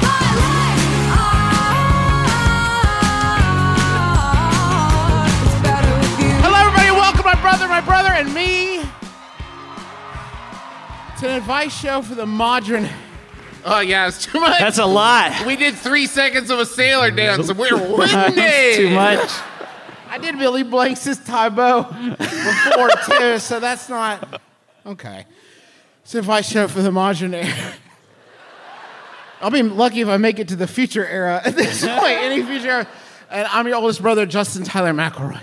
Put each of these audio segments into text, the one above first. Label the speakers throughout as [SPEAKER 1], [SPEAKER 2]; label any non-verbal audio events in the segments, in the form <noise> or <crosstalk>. [SPEAKER 1] My life, ah, it's better with you.
[SPEAKER 2] Hello, everybody. Welcome, my brother, my brother, and me. It's an advice show for the modern. Oh yeah, it's too much.
[SPEAKER 3] That's a lot.
[SPEAKER 2] we did three seconds of a sailor
[SPEAKER 3] <laughs>
[SPEAKER 2] dance, and we're winded.
[SPEAKER 3] That's too much.
[SPEAKER 2] I did Billy Blanks' Tybo before too, so that's not okay. It's advice show for the modern era. I'll be lucky if I make it to the future era at this point, any future era. And I'm your oldest brother, Justin Tyler McElroy.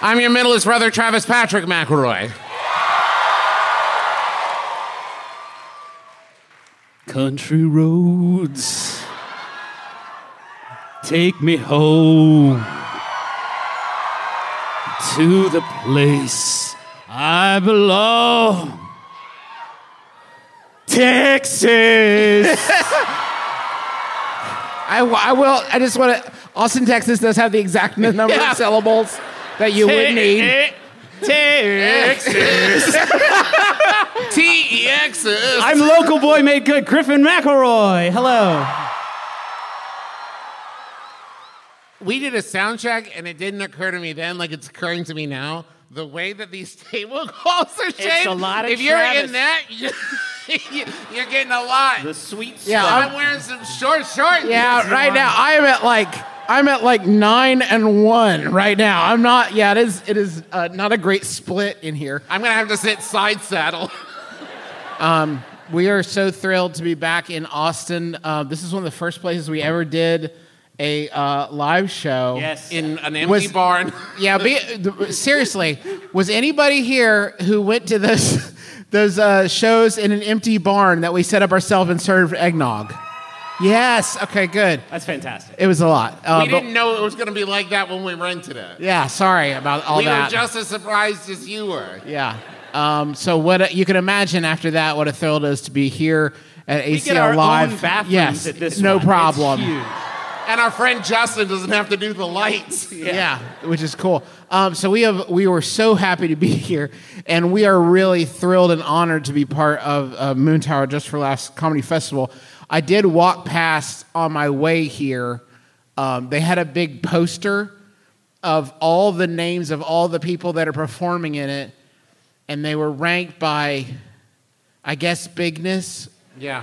[SPEAKER 2] I'm your middleest brother, Travis Patrick McElroy.
[SPEAKER 3] Country roads. Take me home to the place I belong. <laughs> Texas.
[SPEAKER 2] I, w- I will, I just want to, Austin, Texas does have the exact n- number
[SPEAKER 3] Yeah.
[SPEAKER 2] of syllables that you would need. <laughs>
[SPEAKER 3] Texas.
[SPEAKER 2] T E X S.
[SPEAKER 3] I'm local boy made good, Griffin McElroy. Hello.
[SPEAKER 2] We did a sound check, and it didn't occur to me then, like it's occurring to me now. The way that these <laughs> tablecloths are shaped.
[SPEAKER 3] a lot of
[SPEAKER 2] If you're
[SPEAKER 3] Travis.
[SPEAKER 2] in that, <laughs> you're, you're getting a lot.
[SPEAKER 3] sweet
[SPEAKER 2] yeah, I'm, wearing some short
[SPEAKER 4] <laughs>
[SPEAKER 2] shorts.
[SPEAKER 3] Yeah, right now,
[SPEAKER 2] I'm at like I'm at like nine and one right now. I'm not. Yeah, it is. It is uh, not a great split in here. I'm gonna have to sit
[SPEAKER 4] <laughs>
[SPEAKER 2] side saddle. um, we are so thrilled to be back in Austin. Uh, this is one of the first places we ever did a uh, live show.
[SPEAKER 3] Yes.
[SPEAKER 2] in an empty barn. <laughs> yeah, be, th- seriously, was anybody here who went to those <laughs> those uh, shows in an empty barn that we set up ourselves and served eggnog? Yes. Okay. Good.
[SPEAKER 3] That's fantastic.
[SPEAKER 2] It was a lot. Uh,
[SPEAKER 4] We
[SPEAKER 2] but-
[SPEAKER 4] didn't know it was going to be like that when we rented it.
[SPEAKER 2] yeah. Sorry about all
[SPEAKER 4] we
[SPEAKER 2] that.
[SPEAKER 4] were just as surprised as you were.
[SPEAKER 2] yeah. Um, so what a, you can imagine after that, what a thrill it is to be here at ACL
[SPEAKER 3] get our
[SPEAKER 2] Live.
[SPEAKER 3] own bathrooms
[SPEAKER 2] yes.
[SPEAKER 3] at this
[SPEAKER 2] no
[SPEAKER 3] one. It's
[SPEAKER 2] problem.
[SPEAKER 3] huge.
[SPEAKER 4] And our friend Justin doesn't have to do the lights.
[SPEAKER 2] Yeah. which is cool. Um, so we have we were so happy to be <laughs> here, and we are really thrilled and honored to be part of uh, Moon Tower Just for Last Comedy Festival. I did walk past on my way here. Um, they had a big poster of all the names of all the people that are performing in it, and they were ranked by, I guess, bigness
[SPEAKER 4] Yeah.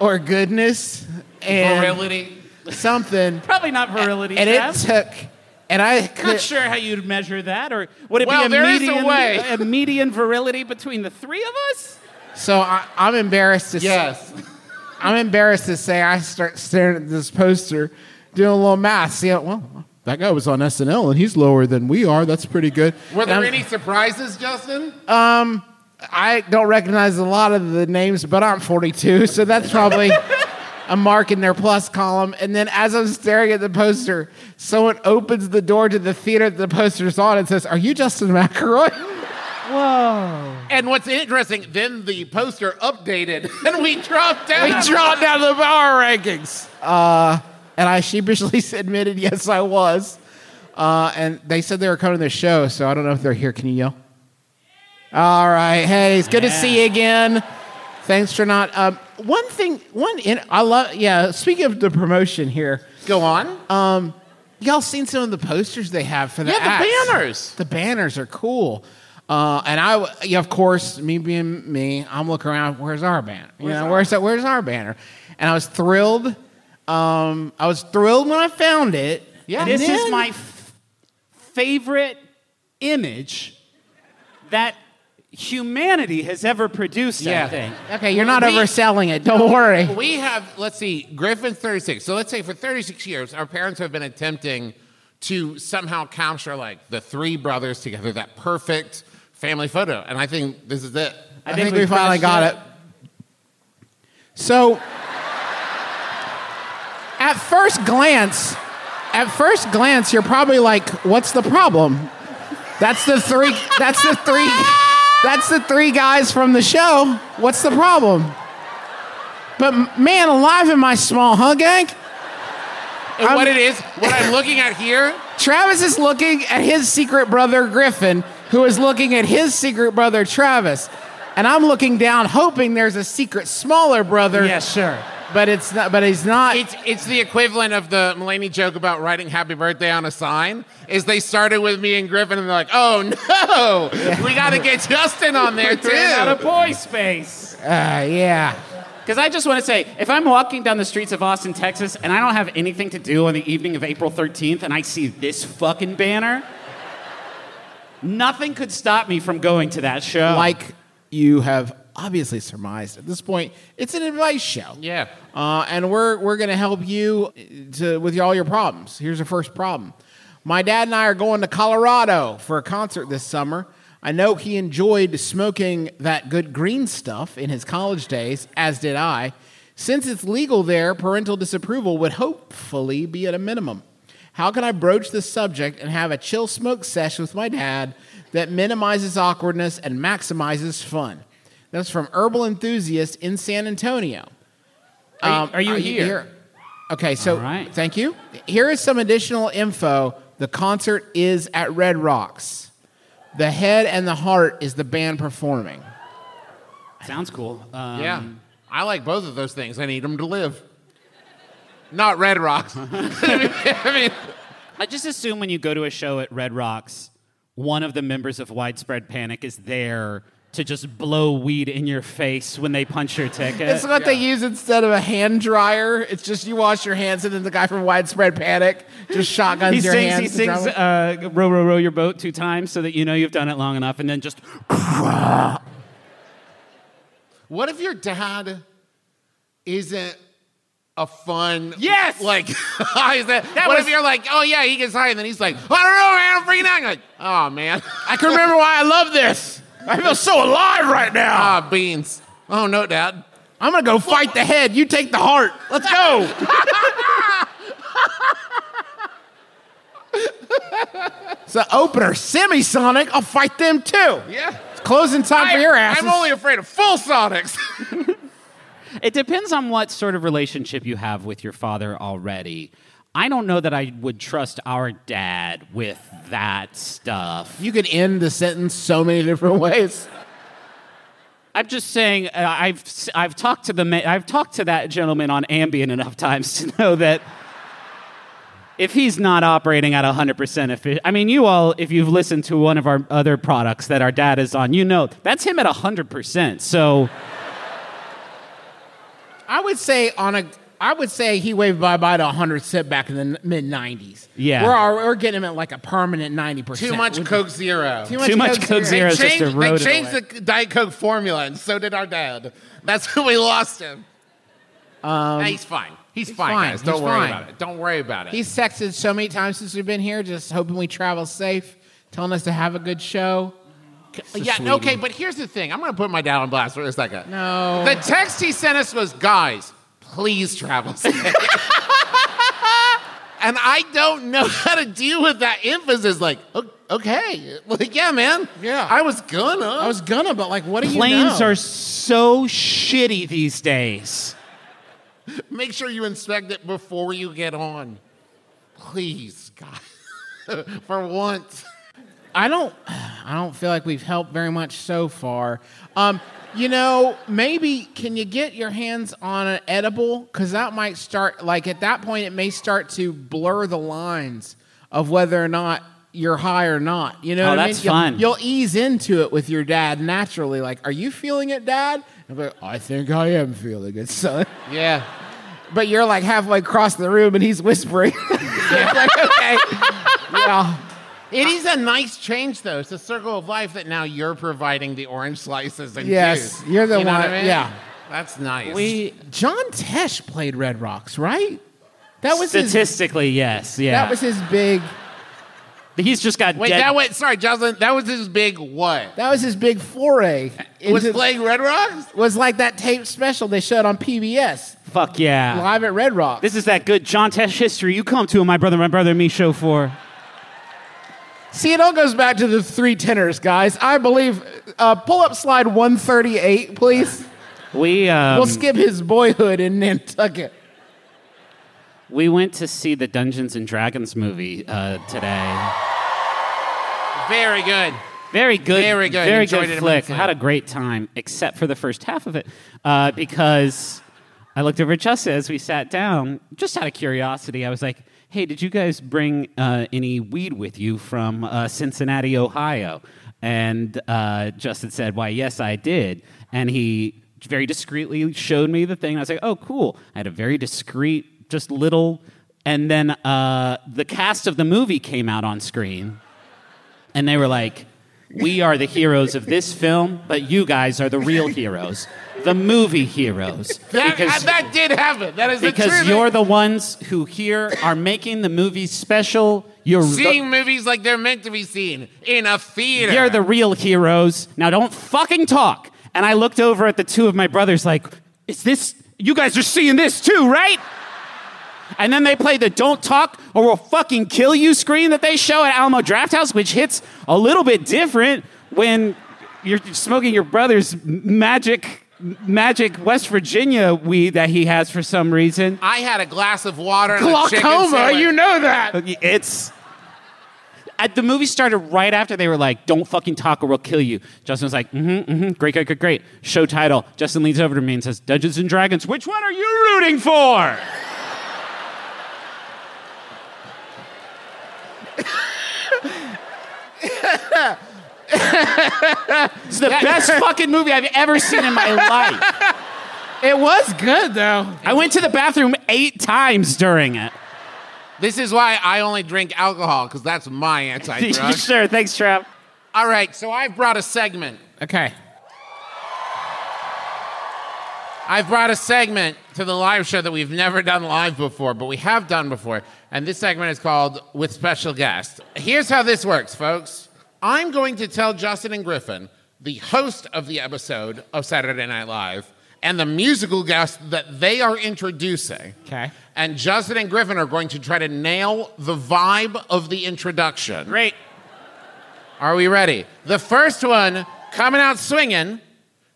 [SPEAKER 2] or goodness and
[SPEAKER 4] Virility.
[SPEAKER 2] something.
[SPEAKER 3] Probably not virility.
[SPEAKER 2] And it
[SPEAKER 3] Trav.
[SPEAKER 2] took, and I could.
[SPEAKER 3] Not sure how you'd measure that, or would it
[SPEAKER 4] Well,
[SPEAKER 3] be a
[SPEAKER 4] there is a
[SPEAKER 3] median,
[SPEAKER 4] way.
[SPEAKER 3] a median virility between the three of us?
[SPEAKER 2] So I, I'm embarrassed to
[SPEAKER 4] Yes.
[SPEAKER 2] say, I'm embarrassed to say I start staring at this poster, doing a little math. See, well, that guy was on SNL and he's lower than we are. That's pretty good.
[SPEAKER 4] Were there
[SPEAKER 2] And I'm- Um,
[SPEAKER 4] any surprises, Justin?
[SPEAKER 2] I don't recognize a lot of the names, but I'm 42, so
[SPEAKER 4] <laughs>
[SPEAKER 2] that's probably a mark in their plus column. And then as I'm staring at the poster, someone opens the door to the theater that the poster's on and says, "Are you Justin McElroy?"
[SPEAKER 3] Whoa.
[SPEAKER 4] And what's interesting, then the poster updated <laughs> and we dropped down.
[SPEAKER 2] We dropped down the power rankings. Uh, and I sheepishly <laughs> admitted, yes, I was. Uh, and they said they were coming to the show, so I don't know if they're here. Can you yell? All right. Hey, it's good to see you again. Thanks for not. Um, one thing, one, in, I love, yeah, speaking of the promotion here, Um,
[SPEAKER 4] Go on.
[SPEAKER 2] y'all seen some of the posters they have for the
[SPEAKER 4] yeah, the
[SPEAKER 2] acts?
[SPEAKER 4] banners.
[SPEAKER 2] The banners are cool. Uh, and I, w- yeah, of course, me being me, I'm looking around. Where's our banner? You know, where's that? Where's our banner? And I was thrilled. Um, I was thrilled when I found it. Yeah,
[SPEAKER 3] This
[SPEAKER 2] and
[SPEAKER 3] is
[SPEAKER 2] then-
[SPEAKER 3] my f- favorite image that humanity has ever produced, I
[SPEAKER 2] Yeah.
[SPEAKER 3] think.
[SPEAKER 2] Okay, you're not
[SPEAKER 4] We-
[SPEAKER 2] overselling it.
[SPEAKER 3] <laughs>
[SPEAKER 2] Don't worry.
[SPEAKER 4] We have, let's see, Griffin's 36. So let's say for 36 years, our parents have been attempting to somehow capture like the three brothers together, that perfect family photo. And I think this is it.
[SPEAKER 2] I, think,
[SPEAKER 3] we
[SPEAKER 2] we finally
[SPEAKER 3] crushed
[SPEAKER 2] got it. So, at first glance, at first glance, you're probably like, "What's the problem?" That's the three. That's the three. That's the three guys from the show. What's the problem? But m- man, alive in my small, huh, gang?
[SPEAKER 4] And
[SPEAKER 2] I'm-
[SPEAKER 4] what it is, what I'm looking at here,
[SPEAKER 2] Travis is looking <laughs> at his secret brother Griffin, who is looking at his secret brother Travis. And I'm looking down, hoping there's a secret smaller brother.
[SPEAKER 3] Yeah, sure.
[SPEAKER 2] But it's not but he's not
[SPEAKER 4] it's it's the equivalent of the Mulaney joke about writing happy birthday on a sign. Is they started with me and Griffin and they're like, oh no, we gotta get Justin on there too.
[SPEAKER 3] Out of boy space.
[SPEAKER 2] uh, yeah.
[SPEAKER 3] Because I just want to say, if I'm walking down the streets of Austin, Texas, and I don't have anything to do on the evening of April 13th, and I see this fucking banner, nothing could stop me from going to that show.
[SPEAKER 2] Like you have obviously surmised at this point, it's an advice show.
[SPEAKER 4] Yeah.
[SPEAKER 2] Uh, and we're we're gonna help you uh, to with all your problems. Here's the first problem. My dad and I are going to Colorado for a concert this summer. I know he enjoyed smoking that good green stuff in his college days, as did I. Since it's legal there, parental disapproval would hopefully be at a minimum. How can I broach this subject and have a chill smoke sesh with my dad that minimizes awkwardness and maximizes fun? That's from Herbal Enthusiast in San Antonio. Um,
[SPEAKER 3] Um, Are you- are you here?
[SPEAKER 2] Okay, so
[SPEAKER 3] All right.
[SPEAKER 2] thank you. Here is some additional info. The concert is at Red Rocks. The Head and the Heart is the band performing.
[SPEAKER 3] Sounds cool. Um,
[SPEAKER 4] Yeah. I like both of those things. I need them to live. Not Red Rocks. <laughs> I mean,
[SPEAKER 3] I just assume when you go to a show at Red Rocks, one of the members of Widespread Panic is there to just blow weed in your face when they punch your ticket.
[SPEAKER 2] It's what they use instead of a hand dryer. It's just you wash your hands, and then the guy from Widespread Panic just shotguns
[SPEAKER 3] he
[SPEAKER 2] your
[SPEAKER 3] sings,
[SPEAKER 2] hands.
[SPEAKER 3] he
[SPEAKER 2] to
[SPEAKER 3] sings,
[SPEAKER 2] drum it.
[SPEAKER 3] uh, row, row, row your boat two times so that you know you've done it long enough, and then just
[SPEAKER 4] what if your dad isn't a fun?
[SPEAKER 3] Yes!
[SPEAKER 4] Like, <laughs> is that, what
[SPEAKER 3] was-
[SPEAKER 4] if you're like, oh yeah, he gets high, and then he's like, I don't know, man, I'm freaking out. You're like, oh man,
[SPEAKER 2] I can remember why I love this. I feel so alive right now.
[SPEAKER 4] ah beans. Oh no, dad.
[SPEAKER 2] I'm gonna go fight the head. You take the heart. Let's go. it's an opener. Semisonic. I'll fight them too.
[SPEAKER 4] Yeah.
[SPEAKER 2] It's closing time for your asses.
[SPEAKER 4] I'm only afraid of full Sonics.
[SPEAKER 3] It depends on what sort of relationship you have with your father already. I don't know that I would trust our dad with that stuff.
[SPEAKER 2] you could end the sentence so many different ways.
[SPEAKER 3] I'm just saying uh, I've s- I've talked to the ma- I've talked to that gentleman on Ambien enough times to know that if he's not operating at 100% effi- I mean you all if you've listened to one of our other products that our dad is on, you know that's him at 100%. So
[SPEAKER 2] I would say on a. I would say he waved bye bye to 100 set back in the mid 90s.
[SPEAKER 3] Yeah.
[SPEAKER 2] We're, al- we're getting him at like a permanent 90%.
[SPEAKER 4] Too much Coke Zero.
[SPEAKER 2] Too
[SPEAKER 3] too much Coke Zero is just
[SPEAKER 4] Changed- they
[SPEAKER 3] eroded
[SPEAKER 4] changed
[SPEAKER 3] away.
[SPEAKER 4] the Diet Coke formula, and so did our dad. That's <laughs> when we lost him. Um, he's fine. He's, fine,
[SPEAKER 2] fine.
[SPEAKER 4] guys. Don't
[SPEAKER 2] He's
[SPEAKER 4] worry
[SPEAKER 2] fine.
[SPEAKER 4] about it. Don't worry about it.
[SPEAKER 2] He's texted so many times since we've been here, just hoping we travel safe, telling us to have a good show.
[SPEAKER 4] yeah, okay, but here's the thing. I'm going to put my dad on blast for a second.
[SPEAKER 2] No.
[SPEAKER 4] The text he sent us was, guys, please travel <laughs> safe." And I don't know how to deal with that emphasis. Like, o- okay, like, yeah, man.
[SPEAKER 2] Yeah.
[SPEAKER 4] I was gonna.
[SPEAKER 2] I was gonna, but like, what do you
[SPEAKER 3] planes
[SPEAKER 2] know?
[SPEAKER 3] are so shitty these days.
[SPEAKER 4] Make sure you inspect it before you get on. Please, God. <laughs> For once.
[SPEAKER 2] I don't. I don't feel like we've helped very much so far. Um, you know, maybe can you get your hands on an edible? Because that might start. Like at that point, it may start to blur the lines of whether or not
[SPEAKER 5] you're high or not. You know
[SPEAKER 3] Oh,
[SPEAKER 5] what I mean?
[SPEAKER 3] that's
[SPEAKER 5] You'll-
[SPEAKER 3] fun.
[SPEAKER 5] You'll, ease into it with your dad naturally. Like, are you feeling it, dad? And I'm like, I think I am feeling it, son. <laughs>
[SPEAKER 2] Yeah.
[SPEAKER 5] But you're like halfway across the room and he's whispering. so it's like, okay. yeah.
[SPEAKER 2] It is a nice change, though. It's a circle of life that now you're providing the orange slices and
[SPEAKER 5] Yes,
[SPEAKER 2] juice.
[SPEAKER 5] you're the
[SPEAKER 2] You know
[SPEAKER 5] one-
[SPEAKER 2] what I mean?
[SPEAKER 5] yeah.
[SPEAKER 2] that's <laughs> nice.
[SPEAKER 3] We
[SPEAKER 5] John Tesh played Red Rocks, right? That was his.
[SPEAKER 3] statistically, yes, yeah.
[SPEAKER 5] That was his big.
[SPEAKER 3] He's just got
[SPEAKER 2] wait.
[SPEAKER 3] dead.
[SPEAKER 2] That went. Sorry, Jocelyn. That was his big what?
[SPEAKER 5] That was his big foray.
[SPEAKER 2] was
[SPEAKER 5] into-
[SPEAKER 2] playing Red Rocks.
[SPEAKER 5] was like that tape special they showed on PBS
[SPEAKER 3] Fuck yeah.
[SPEAKER 5] live at Red Rock.
[SPEAKER 3] This is that good John Tesh history you come to in my brother, my brother, and me show for.
[SPEAKER 5] See, it all goes back to the three tenors, guys. I believe. Uh, pull up slide 138, please.
[SPEAKER 3] We um,
[SPEAKER 5] we'll skip his boyhood in Nantucket.
[SPEAKER 3] we went to see the Dungeons and Dragons movie uh, today.
[SPEAKER 2] Very good.
[SPEAKER 3] Very good.
[SPEAKER 2] Very good.
[SPEAKER 3] Very
[SPEAKER 2] Enjoyed
[SPEAKER 3] good
[SPEAKER 2] it
[SPEAKER 3] flick.
[SPEAKER 2] immensely.
[SPEAKER 3] Had a great time, except for the first half of it, uh, because I looked over at Jessa as we sat down, just out of curiosity. I was like, "Hey, did you guys bring uh, any weed with you from uh, Cincinnati, Ohio?" And uh, Justin said, "Why, yes, I did." And he very discreetly showed me the thing. I was like, "Oh, cool." I had a very discreet, just little. And then uh, the cast of the movie came out on screen and they were like, "We are the heroes of this film, but you guys are
[SPEAKER 2] <laughs>
[SPEAKER 3] the real heroes, the movie heroes,
[SPEAKER 2] That,
[SPEAKER 3] because,
[SPEAKER 2] that did happen. That is the
[SPEAKER 3] because
[SPEAKER 2] truth.
[SPEAKER 3] you're the ones who here are making the movie special. You're the-
[SPEAKER 2] seeing movies like they're meant to be seen in a theater.
[SPEAKER 3] you're the real heroes. Now don't fucking talk." And I looked over at the two of my brothers, like, "Is this? You guys are seeing this too, right?" And then they play the "Don't Talk or We'll Fucking Kill You" screen that they show at Alamo Drafthouse, which hits a little bit different when you're smoking your brother's magic, magic West Virginia weed that he has for some reason.
[SPEAKER 2] I had a glass of water. and a chicken
[SPEAKER 5] Glaucoma,
[SPEAKER 2] sandwich.
[SPEAKER 5] you know that.
[SPEAKER 3] It's at the movie started right after they were like, "Don't fucking talk or we'll kill you." Justin was like, "Mm-hmm, mm-hmm, great, great, great, great." Show title. Justin leans over to me and says, "Dungeons and Dragons. Which one are you
[SPEAKER 5] <laughs>
[SPEAKER 3] rooting for?" it's the best fucking movie I've ever seen
[SPEAKER 5] <laughs>
[SPEAKER 3] in my life.
[SPEAKER 5] It was good though.
[SPEAKER 3] I went to the bathroom eight times during it.
[SPEAKER 2] This is why I only drink alcohol because that's
[SPEAKER 3] <laughs>
[SPEAKER 2] my anti-drug.
[SPEAKER 3] sure, thanks, Trav.
[SPEAKER 2] All right, so I've brought a segment.
[SPEAKER 5] Okay.
[SPEAKER 2] I've brought a segment to the live show that we've never done live before, but we have done before. And this segment is called With Special Guest. Here's how this works, folks. I'm going to tell Justin and Griffin, the host of the episode of Saturday Night Live, and the musical guest that they are introducing.
[SPEAKER 5] Okay.
[SPEAKER 2] And Justin and Griffin are going to try to nail the vibe of the introduction.
[SPEAKER 3] Great.
[SPEAKER 2] Are we ready? The first one coming out swinging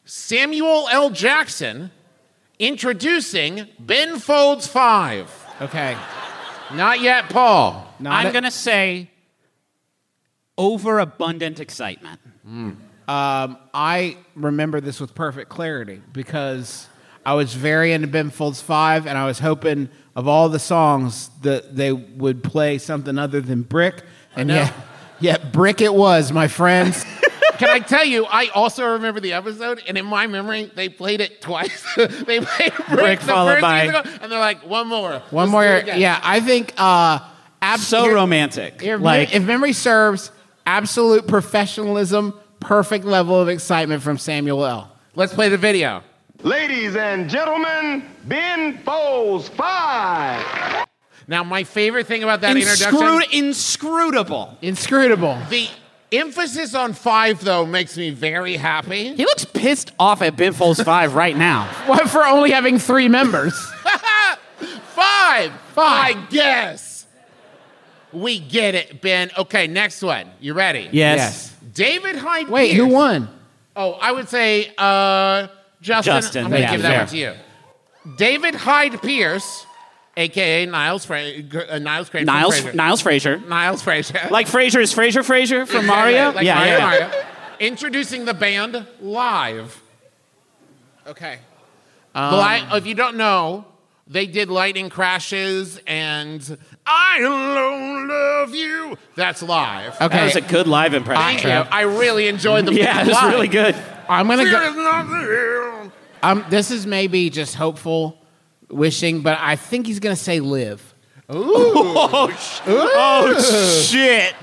[SPEAKER 2] Samuel L. Jackson introducing Ben Folds 5.
[SPEAKER 5] Okay.
[SPEAKER 2] Not yet, Paul.
[SPEAKER 5] Not
[SPEAKER 3] I'm
[SPEAKER 5] it.
[SPEAKER 3] going to say overabundant excitement.
[SPEAKER 5] Um, I remember this with perfect clarity because I was very into Ben Folds Five, and I was hoping of all the songs that they would play something other than Brick, and
[SPEAKER 2] know.
[SPEAKER 5] yet, yet Brick it was, my friends.
[SPEAKER 2] Can I tell you, I also remember the episode, and in my memory, they played it twice. <laughs> they played Brick,
[SPEAKER 3] Brick
[SPEAKER 2] the
[SPEAKER 3] followed
[SPEAKER 2] first
[SPEAKER 3] by-
[SPEAKER 2] musical, and they're like, one more.
[SPEAKER 5] One
[SPEAKER 2] Let's
[SPEAKER 5] more,
[SPEAKER 2] do it again.
[SPEAKER 5] yeah. I think uh, abs-
[SPEAKER 3] So
[SPEAKER 5] here-
[SPEAKER 3] romantic.
[SPEAKER 5] If,
[SPEAKER 3] like,
[SPEAKER 5] if memory serves, absolute professionalism, perfect level of excitement from Samuel L.
[SPEAKER 2] Let's play the video.
[SPEAKER 6] Ladies and gentlemen, Ben Foles 5.
[SPEAKER 2] Now, my favorite thing about that introduction.
[SPEAKER 3] inscrut- inscrutable.
[SPEAKER 5] Inscrutable.
[SPEAKER 2] The emphasis on five, though, makes me very happy.
[SPEAKER 3] He looks pissed off at Ben Folds 5 right now.
[SPEAKER 5] What for only having three members?
[SPEAKER 2] Five.
[SPEAKER 5] Five.
[SPEAKER 2] I guess. We get it, Ben. Okay, next one. You ready?
[SPEAKER 3] Yes.
[SPEAKER 2] David Hyde.
[SPEAKER 5] Wait, who
[SPEAKER 2] Pierce.
[SPEAKER 5] won?
[SPEAKER 2] Oh, I would say uh, Justin.
[SPEAKER 3] Justin,
[SPEAKER 2] I'm gonna
[SPEAKER 3] yeah,
[SPEAKER 2] give that
[SPEAKER 3] fair.
[SPEAKER 2] one to you. David Hyde Pierce, aka Niles Fra- uh, Niles Crane. from
[SPEAKER 3] Niles,
[SPEAKER 2] Frasier.
[SPEAKER 3] Niles Frazier.
[SPEAKER 2] Niles Frazier.
[SPEAKER 3] Like Frazier is Frazier Frazier from
[SPEAKER 2] Yeah, <laughs>
[SPEAKER 3] Mario?
[SPEAKER 2] like
[SPEAKER 3] yeah,
[SPEAKER 2] Mario,
[SPEAKER 3] yeah.
[SPEAKER 2] Mario. Introducing the band live.
[SPEAKER 5] Okay.
[SPEAKER 3] Um,
[SPEAKER 2] The li- if you don't know,
[SPEAKER 4] They did lightning crashes and I alone love you. That's live.
[SPEAKER 3] That
[SPEAKER 2] Okay,
[SPEAKER 3] was a good live
[SPEAKER 4] Thank you.
[SPEAKER 3] impression.
[SPEAKER 4] I really enjoyed the
[SPEAKER 3] yeah, it was
[SPEAKER 4] live.
[SPEAKER 3] really good.
[SPEAKER 2] I'm gonna
[SPEAKER 4] Fear
[SPEAKER 2] go.
[SPEAKER 4] is not real.
[SPEAKER 2] Um, this is maybe just hopeful wishing, but I think he's gonna say live.
[SPEAKER 3] <laughs> Oh, sh-
[SPEAKER 2] <laughs>
[SPEAKER 3] oh shit.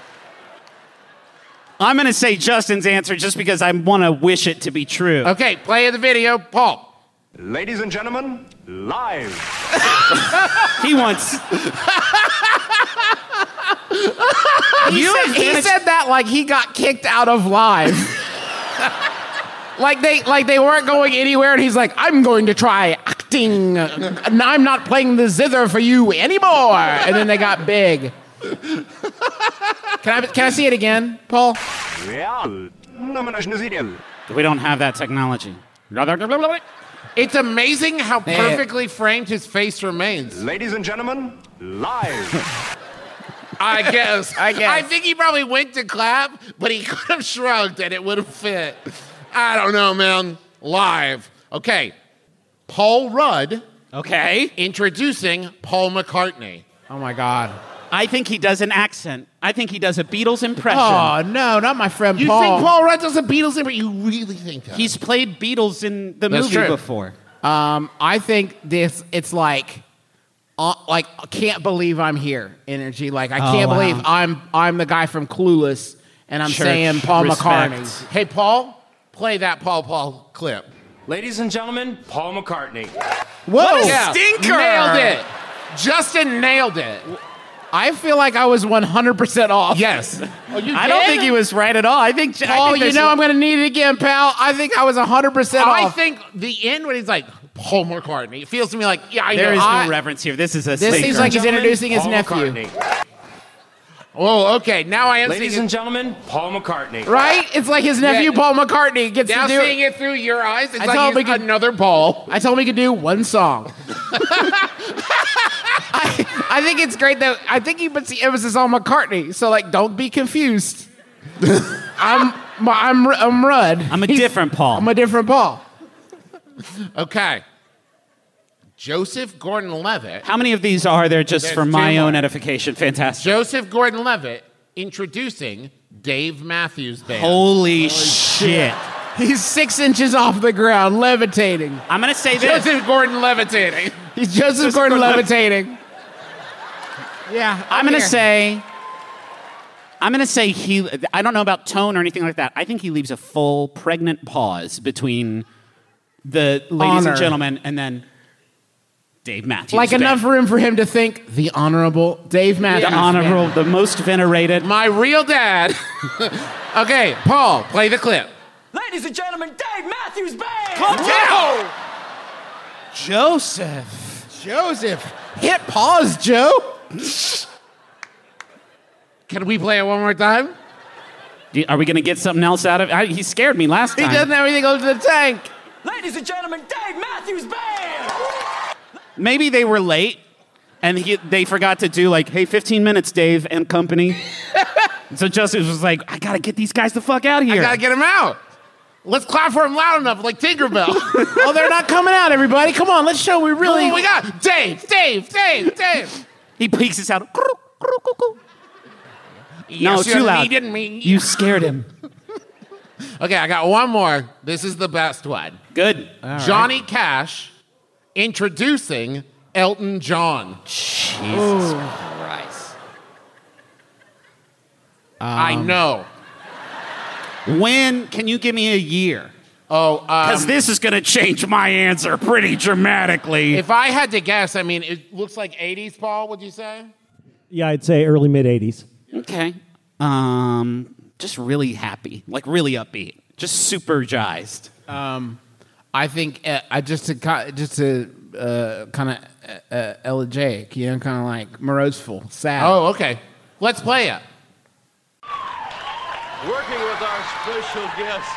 [SPEAKER 3] I'm going to say Justin's answer just because I want to wish it to be true.
[SPEAKER 4] Okay, play the video, Paul.
[SPEAKER 7] Ladies and gentlemen,
[SPEAKER 2] <laughs>
[SPEAKER 7] live.
[SPEAKER 3] He wants. you have
[SPEAKER 2] <laughs> <laughs> He
[SPEAKER 3] managed-
[SPEAKER 2] said that like he got kicked out of live. <laughs> like they like they weren't going anywhere, and he's like, "I'm going to try acting, and I'm not playing the zither for you anymore." And then they got big. Can I can I see it again, Paul?
[SPEAKER 7] Real. Nominations ideal.
[SPEAKER 3] we don't have that technology.
[SPEAKER 4] It's amazing how perfectly framed his face remains.
[SPEAKER 7] Ladies and gentlemen, live.
[SPEAKER 4] I guess. I
[SPEAKER 2] guess.
[SPEAKER 4] I think he probably went to clap, but he <laughs> could have shrugged and it would have fit. I don't know, man. Live. Okay. Paul Rudd
[SPEAKER 3] Okay.
[SPEAKER 4] introducing Paul McCartney.
[SPEAKER 2] Oh my God!
[SPEAKER 3] I think he does an accent. I think he does a Beatles impression.
[SPEAKER 2] Oh no, not my friend
[SPEAKER 4] You
[SPEAKER 2] Paul.
[SPEAKER 4] think Paul Rudd does a Beatles impression? You really think that?
[SPEAKER 3] He's played Beatles in the
[SPEAKER 4] That's
[SPEAKER 3] movie
[SPEAKER 4] true.
[SPEAKER 3] before.
[SPEAKER 2] Um, I think this it's like uh, like I can't believe I'm here energy. Like I can't
[SPEAKER 3] Oh, wow.
[SPEAKER 2] believe I'm I'm the guy from Clueless and I'm
[SPEAKER 3] Church
[SPEAKER 2] saying Paul
[SPEAKER 3] respect.
[SPEAKER 2] McCartney.
[SPEAKER 4] Hey, Paul, play that Paul Paul clip.
[SPEAKER 8] Ladies and gentlemen, Paul McCartney.
[SPEAKER 2] Whoa.
[SPEAKER 3] stinker!
[SPEAKER 4] Nailed it. Justin nailed it.
[SPEAKER 2] I feel like I was 100% off. <laughs>
[SPEAKER 4] Yes. Oh, you
[SPEAKER 3] I don't
[SPEAKER 4] did?
[SPEAKER 3] think he was right at all. I think. I
[SPEAKER 2] Oh,
[SPEAKER 3] think
[SPEAKER 2] you
[SPEAKER 3] there's-
[SPEAKER 2] know I'm going to need it again, pal. I think I was 100%
[SPEAKER 4] I
[SPEAKER 2] off.
[SPEAKER 4] think the end when he's like Paul McCartney, it feels to me like yeah, I
[SPEAKER 3] there
[SPEAKER 4] know.
[SPEAKER 3] is
[SPEAKER 4] I-
[SPEAKER 3] no reverence here. This is a.
[SPEAKER 2] this
[SPEAKER 3] stinker.
[SPEAKER 2] seems like he's introducing his
[SPEAKER 8] Paul
[SPEAKER 2] nephew.
[SPEAKER 8] McCartney.
[SPEAKER 4] Oh, okay. Now I am
[SPEAKER 8] Ladies
[SPEAKER 4] seeing
[SPEAKER 8] and
[SPEAKER 4] it.
[SPEAKER 8] gentlemen, Paul McCartney.
[SPEAKER 2] Right? It's like his nephew,
[SPEAKER 4] Yeah.
[SPEAKER 2] Paul McCartney, gets
[SPEAKER 4] Now
[SPEAKER 2] to do
[SPEAKER 4] seeing it through your eyes, it's
[SPEAKER 2] I
[SPEAKER 4] like
[SPEAKER 2] told
[SPEAKER 4] he's
[SPEAKER 2] him we could-
[SPEAKER 4] another Paul.
[SPEAKER 2] I told him he could do
[SPEAKER 4] <laughs>
[SPEAKER 2] one song. I, I think it's great that I think he puts the emphasis on McCartney. So like, don't
[SPEAKER 4] <laughs>
[SPEAKER 2] be confused. I'm I'm I'm Rudd.
[SPEAKER 3] I'm a different Paul.
[SPEAKER 2] I'm a different Paul.
[SPEAKER 4] Okay. Joseph Gordon-Levitt.
[SPEAKER 3] How many of these are there just for
[SPEAKER 4] There's
[SPEAKER 3] my
[SPEAKER 4] two more.
[SPEAKER 3] own edification? Fantastic.
[SPEAKER 4] Joseph Gordon-Levitt introducing Dave Matthews Band.
[SPEAKER 3] Holy, shit.
[SPEAKER 2] He's six inches off the ground, levitating.
[SPEAKER 3] I'm going to say this.
[SPEAKER 4] Joseph Gordon-Levitating.
[SPEAKER 2] He's Joseph Gordon levitating. Yeah,
[SPEAKER 3] I'm going to
[SPEAKER 2] here.
[SPEAKER 3] say. I'm going to say he. I don't know about tone or anything like that. I think he leaves a full pregnant pause between the ladies
[SPEAKER 2] Honor.
[SPEAKER 3] and gentlemen and then Dave Matthews.
[SPEAKER 2] like
[SPEAKER 3] Band.
[SPEAKER 2] enough room for him to think the honorable Dave Matthews.
[SPEAKER 3] The honorable, the most venerated.
[SPEAKER 4] My real dad. <laughs> okay, Paul, play the clip.
[SPEAKER 8] Ladies and gentlemen, Dave Matthews Band.
[SPEAKER 3] Joseph.
[SPEAKER 2] Joseph, hit pause, Joe.
[SPEAKER 4] Can we play it one more time?
[SPEAKER 3] Are we going to get something else out of it? He scared me last
[SPEAKER 2] He
[SPEAKER 3] time.
[SPEAKER 2] doesn't have anything goes to the tank.
[SPEAKER 8] Ladies and gentlemen, Dave Matthews Band.
[SPEAKER 3] Maybe they were late and he, they forgot to do like, hey, 15 minutes, Dave and
[SPEAKER 4] <laughs>
[SPEAKER 3] company. so Justin was like, I got to get these guys the fuck out of here.
[SPEAKER 4] I
[SPEAKER 3] <laughs>
[SPEAKER 4] gotta get him out. Let's clap for him loud enough, like Tinkerbell.
[SPEAKER 2] Oh, they're not coming out, everybody. Come on, let's show we really.
[SPEAKER 4] oh, we got Dave, Dave, Dave, Dave.
[SPEAKER 3] he peeks his out. No,
[SPEAKER 4] Yes,
[SPEAKER 3] too
[SPEAKER 4] you
[SPEAKER 3] loud.
[SPEAKER 4] needed me.
[SPEAKER 3] You scared him.
[SPEAKER 4] Okay, I got one more. This is the best one.
[SPEAKER 3] Good.
[SPEAKER 4] Johnny Cash introducing Elton John.
[SPEAKER 3] Jesus.
[SPEAKER 4] I know.
[SPEAKER 3] Um, When can you give me a year?
[SPEAKER 4] Oh, um,
[SPEAKER 3] Because this is going to change my answer pretty dramatically.
[SPEAKER 4] if I had to guess, I mean, it looks like 80s, Paul, would you say?
[SPEAKER 9] Yeah, I'd say early mid 80s.
[SPEAKER 3] Okay. Um, just really happy, like really upbeat, just super jized.
[SPEAKER 2] Um, I think uh, I just to ki- just to uh, kind of uh, uh, elegiac, you know, kind of like moroseful, sad.
[SPEAKER 4] Oh, okay. Let's play it.
[SPEAKER 6] Working with our special guest.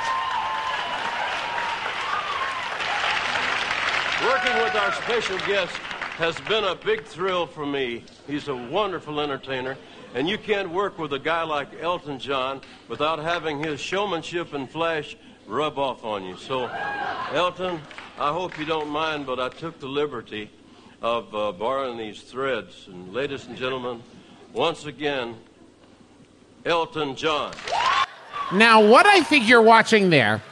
[SPEAKER 6] Working with our special guest has been a big thrill for me. He's a wonderful entertainer, and you can't work with a guy like Elton John without having his showmanship and flash rub off on you. So, Elton, I hope you don't mind, but I took the liberty of uh, borrowing these threads. And ladies and gentlemen, once again, Elton John.
[SPEAKER 4] Now, what I think you're watching there,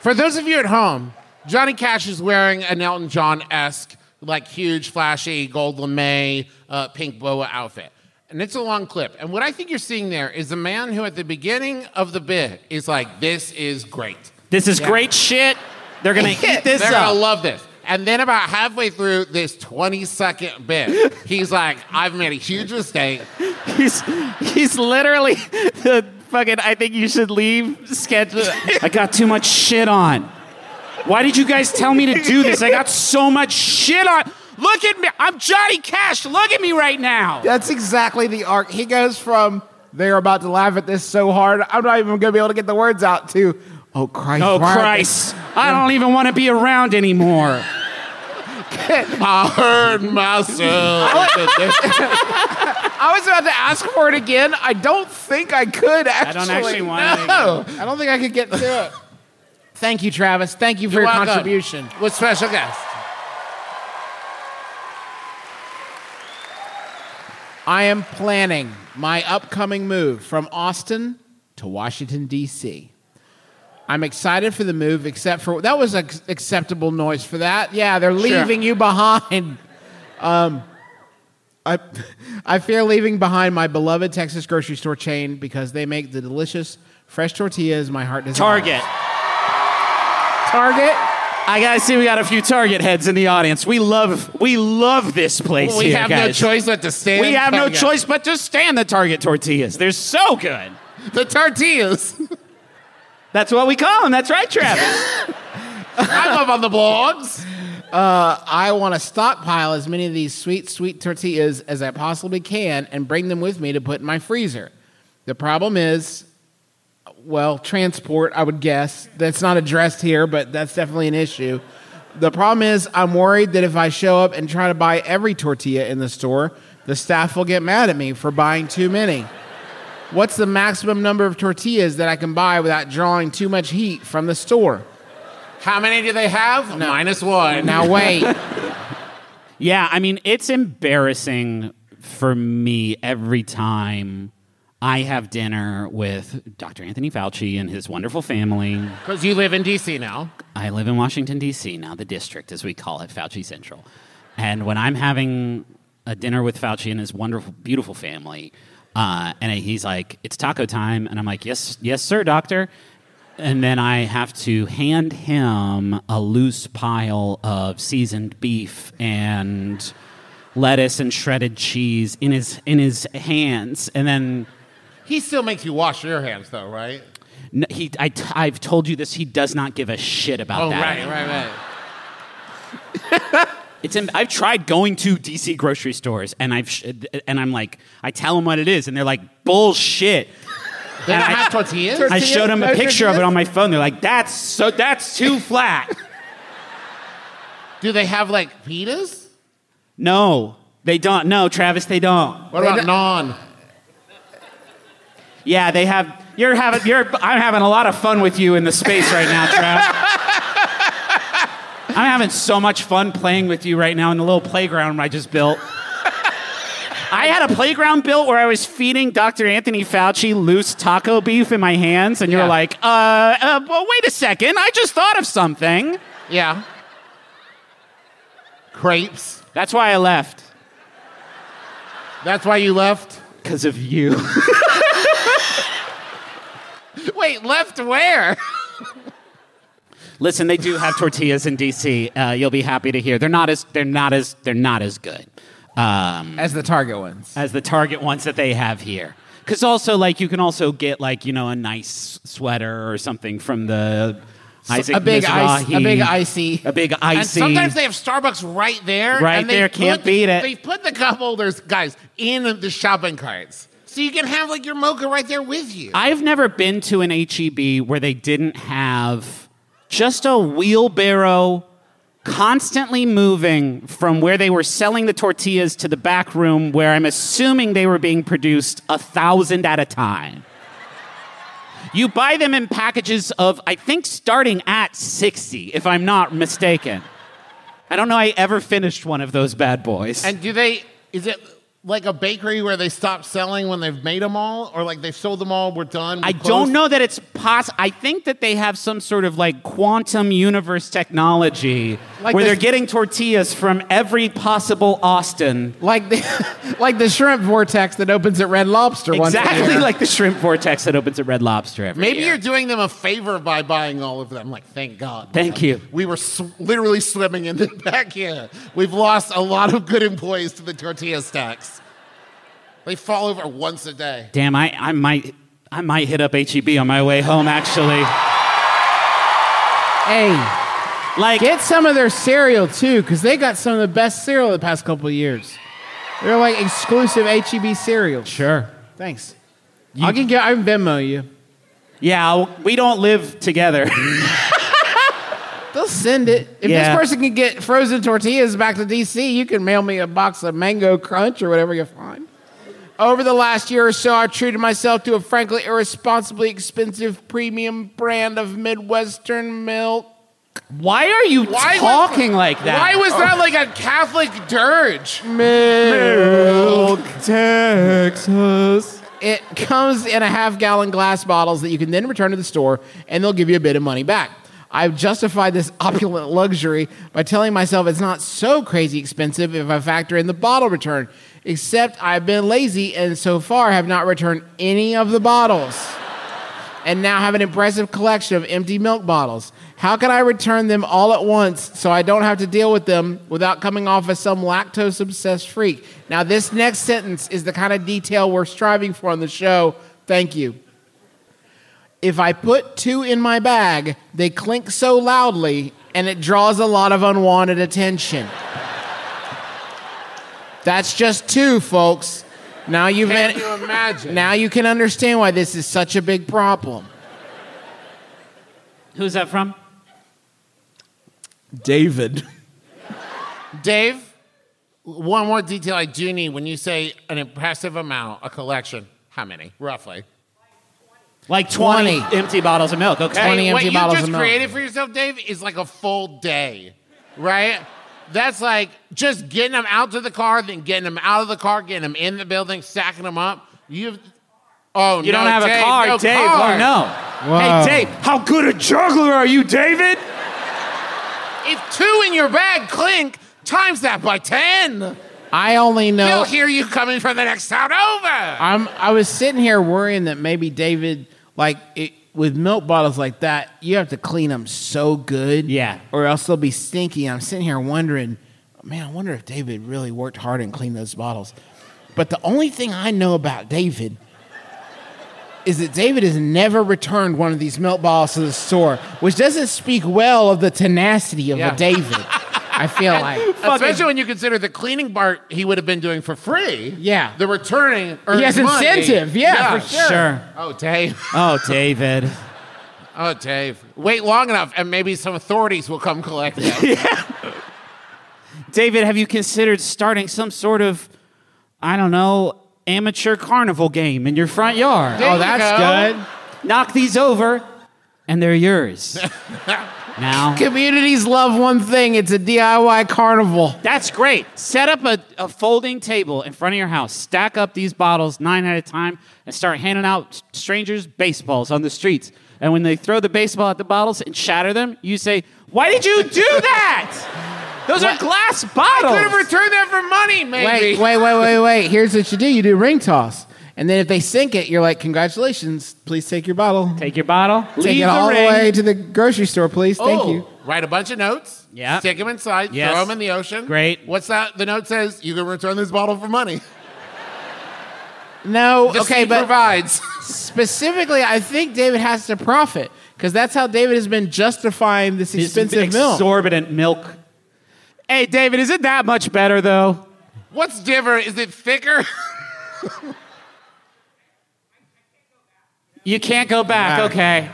[SPEAKER 4] for those of you at home, Johnny Cash is wearing an Elton John esque, like huge, flashy, gold lame, uh, pink boa outfit. And it's a long clip. And what I think you're seeing there is a man who, at the beginning of the bit, is like, This is great.
[SPEAKER 3] This is great shit. They're gonna eat this
[SPEAKER 4] They're
[SPEAKER 3] up.
[SPEAKER 4] gonna love this. And then about halfway through this 20 second bit, he's like, I've made a huge mistake.
[SPEAKER 3] <laughs> he's he's literally <laughs> the fucking. I think you should leave sketch. I got too much shit on. Why did you guys tell me to do this? I <laughs> got so much shit on. Look at me. I'm Johnny Cash. Look at me right now.
[SPEAKER 2] That's exactly the arc. He goes from they're about to laugh at this so hard, I'm not even going to be able to get the words out to oh Christ.
[SPEAKER 3] Oh
[SPEAKER 2] why aren't they-
[SPEAKER 3] Christ! I don't even want to be around <laughs> anymore.
[SPEAKER 4] I heard
[SPEAKER 2] <laughs>
[SPEAKER 4] myself.
[SPEAKER 2] I was about to ask for it again. I don't think I could actually.
[SPEAKER 3] I don't actually want it
[SPEAKER 2] No. I don't think I could get to it. Thank you, Travis. Thank you for your
[SPEAKER 4] Welcome.
[SPEAKER 2] contribution.
[SPEAKER 4] With special guest.
[SPEAKER 2] I am planning my upcoming move from Austin to Washington, D.C. I'm excited for the move, except for that was ac acceptable noise for that. Yeah, they're leaving you behind. Um, I, I fear leaving behind my beloved Texas grocery store chain because they make the delicious fresh tortillas my heart desires.
[SPEAKER 3] Target.
[SPEAKER 2] Target.
[SPEAKER 3] I gotta see. We got a few Target heads in the audience. We love. We love this place
[SPEAKER 4] We
[SPEAKER 3] here,
[SPEAKER 4] have
[SPEAKER 3] guys.
[SPEAKER 4] no choice but to stand.
[SPEAKER 3] We have no
[SPEAKER 4] Target.
[SPEAKER 3] choice but to stand the Target tortillas. They're so good.
[SPEAKER 4] The tortillas.
[SPEAKER 3] That's what we call them. That's right, Travis.
[SPEAKER 4] I'm up on the blogs.
[SPEAKER 2] Uh, I want to stockpile as many of these sweet, sweet tortillas as I possibly can and bring them with me to put in my freezer. The problem is, well, transport, I would guess. That's not addressed here, but that's definitely an issue. The problem is, I'm worried that if I show up and try to buy every tortilla in the store, the staff will get mad at me for buying too many. What's the maximum number of tortillas that I can buy without drawing too much heat from the store?
[SPEAKER 4] <laughs> How many do they have? Minus one. <laughs>
[SPEAKER 2] Now, wait.
[SPEAKER 3] yeah, I mean, it's embarrassing for me every time I have dinner with Dr. Anthony Fauci and his wonderful family.
[SPEAKER 4] because you live in DC now.
[SPEAKER 3] I live in Washington, D.C., now the district, as we call it, Fauci Central. And when I'm having a dinner with Fauci and his wonderful, beautiful family, uh, and he's like, it's taco time. And I'm like, yes, yes, sir, doctor. And then I have to hand him a loose pile of seasoned beef and lettuce and shredded cheese in his, in his hands. And then
[SPEAKER 4] He still makes you wash your hands, though, right?
[SPEAKER 3] n- he, I t- I've told you this, he does not give a shit about
[SPEAKER 4] Oh,
[SPEAKER 3] that.
[SPEAKER 4] right, right, right.
[SPEAKER 3] It's in, I've tried going to DC grocery stores and I've sh- and I'm like I tell them what it is and they're like bullshit.
[SPEAKER 4] They don't
[SPEAKER 3] I-
[SPEAKER 4] have tortillas.
[SPEAKER 3] I showed them a
[SPEAKER 2] no
[SPEAKER 3] picture of it
[SPEAKER 2] tortillas?
[SPEAKER 3] on my phone. They're like that's so that's too flat.
[SPEAKER 4] <laughs> do they have like pitas?
[SPEAKER 3] no, they don't. No, Travis, they don't.
[SPEAKER 4] What about non?
[SPEAKER 3] Yeah, they have. You're having. You're. I'm having a lot of fun with you in the space right now, Travis. I'm having so much fun playing with you right now in the little playground I just built. I had a playground built where I was feeding Dr. Anthony Fauci loose taco beef in my hands, and you're
[SPEAKER 4] Yeah.
[SPEAKER 3] like, uh, uh, well, wait a second. I just thought of something.
[SPEAKER 4] Yeah. Crepes.
[SPEAKER 3] That's why I left.
[SPEAKER 4] That's why you left.
[SPEAKER 3] Because of you.
[SPEAKER 4] Wait, left where?
[SPEAKER 3] Listen, they do have tortillas in D.C. Uh, you'll be happy to hear. They're not as, they're not as, they're not as good. Um,
[SPEAKER 2] As the Target ones.
[SPEAKER 3] as the target ones that they have here. Because also, like, you can also get like you know a nice sweater or something from the Isaac
[SPEAKER 2] a big ice-
[SPEAKER 3] Mizrahi.
[SPEAKER 2] a big icy.
[SPEAKER 3] a big
[SPEAKER 4] And
[SPEAKER 3] icy.
[SPEAKER 4] sometimes they have Starbucks right there.
[SPEAKER 3] Right
[SPEAKER 4] and they've
[SPEAKER 3] there, can't
[SPEAKER 4] put-
[SPEAKER 3] beat it.
[SPEAKER 4] They've put the cup holders, guys, in the shopping carts. So you can have like your mocha right there with you.
[SPEAKER 3] I've never been to an HEB where they didn't have just a wheelbarrow constantly moving from where they were selling the tortillas to the back room where I'm assuming they were being produced a thousand at a time. You buy them in packages of, I think, starting at 60, if I'm not mistaken. I don't know I ever finished one of those bad boys.
[SPEAKER 4] And do they? Is it like a bakery where they stop selling when they've made them all, or like they've sold them all? We're done. we're
[SPEAKER 3] I
[SPEAKER 4] closed?
[SPEAKER 3] don't know that it's poss. I think that they have some sort of like quantum universe technology
[SPEAKER 2] Like
[SPEAKER 3] where
[SPEAKER 2] this-
[SPEAKER 3] they're getting tortillas from every possible Austin.
[SPEAKER 2] Like the, like the shrimp vortex that opens at Red Lobster once a
[SPEAKER 3] Exactly
[SPEAKER 2] year.
[SPEAKER 3] like the shrimp vortex that opens at Red Lobster. Every
[SPEAKER 4] Maybe
[SPEAKER 3] year.
[SPEAKER 4] you're doing them a favor by buying all of them. Like, thank God.
[SPEAKER 3] Thank
[SPEAKER 4] Like,
[SPEAKER 3] you.
[SPEAKER 4] We were sw- literally swimming in the <laughs> back here. We've lost a lot of good employees to the tortilla stacks. They fall over once a day.
[SPEAKER 3] Damn, I, I might I might hit up HEB on my way home actually.
[SPEAKER 2] Hey,
[SPEAKER 3] Like
[SPEAKER 2] get some of their cereal too, because they got some of the best cereal the past couple of years. They're like exclusive HEB cereal.
[SPEAKER 3] sure.
[SPEAKER 2] Thanks. I can get. I can Venmo you.
[SPEAKER 3] Yeah, I'll- we don't live together.
[SPEAKER 2] They'll send it. If
[SPEAKER 3] Yeah.
[SPEAKER 2] this person can get frozen tortillas back to DC, you can mail me a box of mango crunch or whatever you find. Over the last year or so, I treated myself to a frankly irresponsibly expensive premium brand of Midwestern milk.
[SPEAKER 3] Why are <laughs> you
[SPEAKER 4] Why was-
[SPEAKER 3] talking like that?
[SPEAKER 4] Why was that like a Catholic dirge?
[SPEAKER 3] Oh.
[SPEAKER 2] Milk, Texas. It comes in a half gallon glass bottles that you can then return to the store and they'll give you a bit of money back. I've justified this <laughs> opulent luxury by telling myself it's not so crazy expensive if I factor in the bottle return, except I've been lazy and so far have not returned any of the bottles and now have an impressive collection of empty milk bottles. How can I return them all at once so I don't have to deal with them without coming off as some lactose obsessed freak? Now, this next sentence is the kind of detail we're striving for on the show. Thank you. If I put two in my bag, they clink so loudly and it draws a lot of unwanted attention. That's just two, folks. Now you've
[SPEAKER 4] Can
[SPEAKER 2] been-
[SPEAKER 4] you imagine?
[SPEAKER 2] now you can understand why this is such a big problem.
[SPEAKER 3] Who's that from?
[SPEAKER 2] David.
[SPEAKER 4] Dave, one more detail I do need. When you say an impressive amount, a collection, how many, roughly?
[SPEAKER 3] Like 20,
[SPEAKER 2] 20.
[SPEAKER 3] empty bottles of milk. Okay.
[SPEAKER 2] 20
[SPEAKER 4] what
[SPEAKER 2] empty
[SPEAKER 4] you
[SPEAKER 2] bottles
[SPEAKER 4] just
[SPEAKER 2] of milk.
[SPEAKER 4] created for yourself, Dave, is like a full day, right? That's like just getting them out to the car, then getting them out of the car, getting them in the building, stacking them up. You've oh,
[SPEAKER 3] You
[SPEAKER 4] no,
[SPEAKER 3] don't have
[SPEAKER 4] Dave,
[SPEAKER 3] a car,
[SPEAKER 4] no
[SPEAKER 3] Dave.
[SPEAKER 4] car.
[SPEAKER 3] Oh, no.
[SPEAKER 2] Wow.
[SPEAKER 3] Hey, Dave, how good a juggler are you, David?
[SPEAKER 4] If two in your bag clink, times that by ten.
[SPEAKER 2] I only
[SPEAKER 4] They'll
[SPEAKER 2] know.
[SPEAKER 4] hear you coming from the next town over.
[SPEAKER 2] I'm. I was sitting here worrying that maybe David, like it, with milk bottles like that, you have to clean them so good.
[SPEAKER 3] Yeah.
[SPEAKER 2] Or else they'll be stinky. I'm sitting here wondering, man, I wonder if David really worked hard and cleaned those bottles. But the only thing I know about David is that David has never returned one of these milk bottles to the store, which doesn't speak well of the tenacity of
[SPEAKER 4] Yeah.
[SPEAKER 2] a David.
[SPEAKER 4] <laughs>
[SPEAKER 2] I feel like.
[SPEAKER 4] Especially when you consider the cleaning part he would have been doing for free.
[SPEAKER 2] Yeah.
[SPEAKER 4] The returning earns
[SPEAKER 2] He has
[SPEAKER 4] money.
[SPEAKER 2] incentive, yeah, for sure.
[SPEAKER 4] Oh, Dave.
[SPEAKER 3] <laughs> Oh, David.
[SPEAKER 4] Oh, Dave. Wait long enough, and maybe some authorities will come collect
[SPEAKER 2] <laughs>
[SPEAKER 4] them.
[SPEAKER 3] David, have you considered starting some sort of, I don't know, amateur carnival game in your front yard?
[SPEAKER 4] There you go.
[SPEAKER 3] Oh, good. Knock these over, and
[SPEAKER 4] <laughs>
[SPEAKER 3] they're yours. now,
[SPEAKER 2] Communities love one thing it's a DIY carnival.
[SPEAKER 3] that's great. Set up a, a folding table in front of your house. Stack up these bottles nine at a time and start handing out s- strangers baseballs on the streets. And when they throw the baseball at the bottles and shatter them, you say, Why did you do that? Those are glass bottles.
[SPEAKER 4] Could have returned that for money, maybe.
[SPEAKER 2] Wait, wait, wait, wait, wait. Here's what you do you do ring toss. And then if they sink it, you're like, congratulations, please take your bottle.
[SPEAKER 3] Take your bottle.
[SPEAKER 2] Take
[SPEAKER 3] leave
[SPEAKER 2] it all
[SPEAKER 3] the
[SPEAKER 2] the,
[SPEAKER 3] ring.
[SPEAKER 2] way to the grocery store, please. Thank
[SPEAKER 4] Oh,
[SPEAKER 2] you.
[SPEAKER 4] Write a bunch of notes.
[SPEAKER 3] Yeah.
[SPEAKER 4] Stick them inside.
[SPEAKER 3] Yes.
[SPEAKER 4] Throw them in the ocean.
[SPEAKER 3] Great.
[SPEAKER 4] What's that? The note says you can return this bottle for money.
[SPEAKER 2] No,
[SPEAKER 4] The
[SPEAKER 2] okay,
[SPEAKER 4] sea
[SPEAKER 2] but
[SPEAKER 4] provides.
[SPEAKER 2] specifically, I think David has to profit because that's how David has been justifying this
[SPEAKER 3] This
[SPEAKER 2] expensive milk.
[SPEAKER 3] Exorbitant milk. Hey, David, is it that much better though?
[SPEAKER 4] What's different? Is it thicker? <laughs>
[SPEAKER 3] You can't go back.
[SPEAKER 2] Right.
[SPEAKER 3] Okay.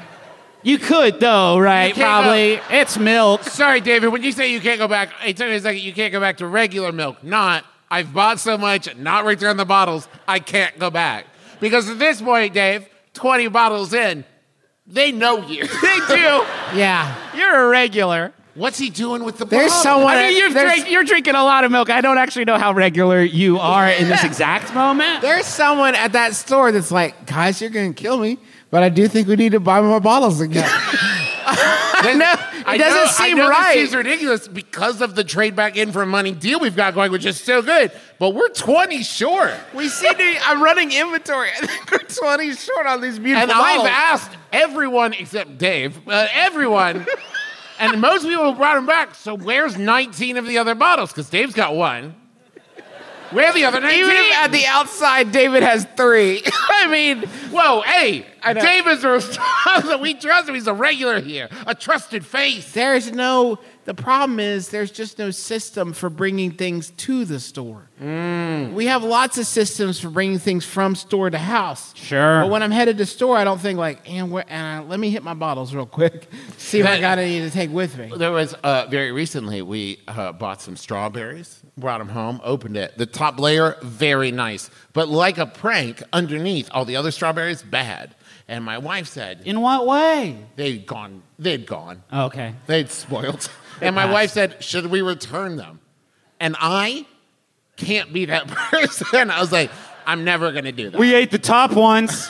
[SPEAKER 3] You could though, right?
[SPEAKER 4] can't
[SPEAKER 3] Probably. It's milk.
[SPEAKER 4] Sorry, David. When you say you can't go back, it took me a second. You can't go back to regular milk. Not. I've bought so much, not returned the bottles. I can't go back because at this point, Dave, twenty bottles in, they know you.
[SPEAKER 3] <laughs> They do.
[SPEAKER 2] Yeah.
[SPEAKER 3] You're a regular.
[SPEAKER 2] What's he doing with the
[SPEAKER 3] There's
[SPEAKER 2] bottle?
[SPEAKER 3] someone-
[SPEAKER 10] I mean, you've
[SPEAKER 3] There's-
[SPEAKER 10] drink, you're drinking a lot of milk. I don't actually know how regular you are in this exact moment.
[SPEAKER 3] There's someone at that store that's like, guys, you're gonna kill me, but I do think we need to buy more bottles again. <laughs> I know it
[SPEAKER 2] I
[SPEAKER 3] doesn't
[SPEAKER 2] know-
[SPEAKER 3] seem
[SPEAKER 2] I know
[SPEAKER 3] right.
[SPEAKER 2] This seems ridiculous because of the trade back in for money deal we've got going, which is so good. But we're 20 short.
[SPEAKER 3] we seem to. I'm running inventory. <laughs> I think we're 20 short on these beautiful
[SPEAKER 2] And I've asked everyone except Dave, uh,
[SPEAKER 3] <laughs>
[SPEAKER 2] everyone, and most people brought him back. So where's 19 of the other bottles? Because Dave's got one. Where are the other 19?
[SPEAKER 3] Even at the outside, David has
[SPEAKER 2] <laughs>
[SPEAKER 3] three. I mean,
[SPEAKER 2] Whoa, hey,
[SPEAKER 3] know.
[SPEAKER 2] Dave is a <laughs> responsible. We trust him. He's a regular here, a trusted face.
[SPEAKER 3] there's no. The problem is there's just no system for bringing things to the store. Mm. We have lots of systems for bringing things from store to house.
[SPEAKER 10] Sure.
[SPEAKER 3] But when I'm headed to store, I don't think like, and where? And I, let me hit my bottles real quick, see if
[SPEAKER 10] <laughs>
[SPEAKER 3] I
[SPEAKER 2] That-
[SPEAKER 3] got any to take with me.
[SPEAKER 2] There was uh, very recently we uh, bought some strawberries, brought them home, opened it. The top layer very nice, but like a prank, underneath all the other strawberries bad. And my wife said
[SPEAKER 10] In what way?
[SPEAKER 2] they'd gone, they'd gone,
[SPEAKER 10] Okay. <laughs>
[SPEAKER 2] they'd spoiled. and my wife said, "Should we return them?" And I can't be that <laughs> person. I was like, "I'm never gonna do that."
[SPEAKER 10] We ate the top ones.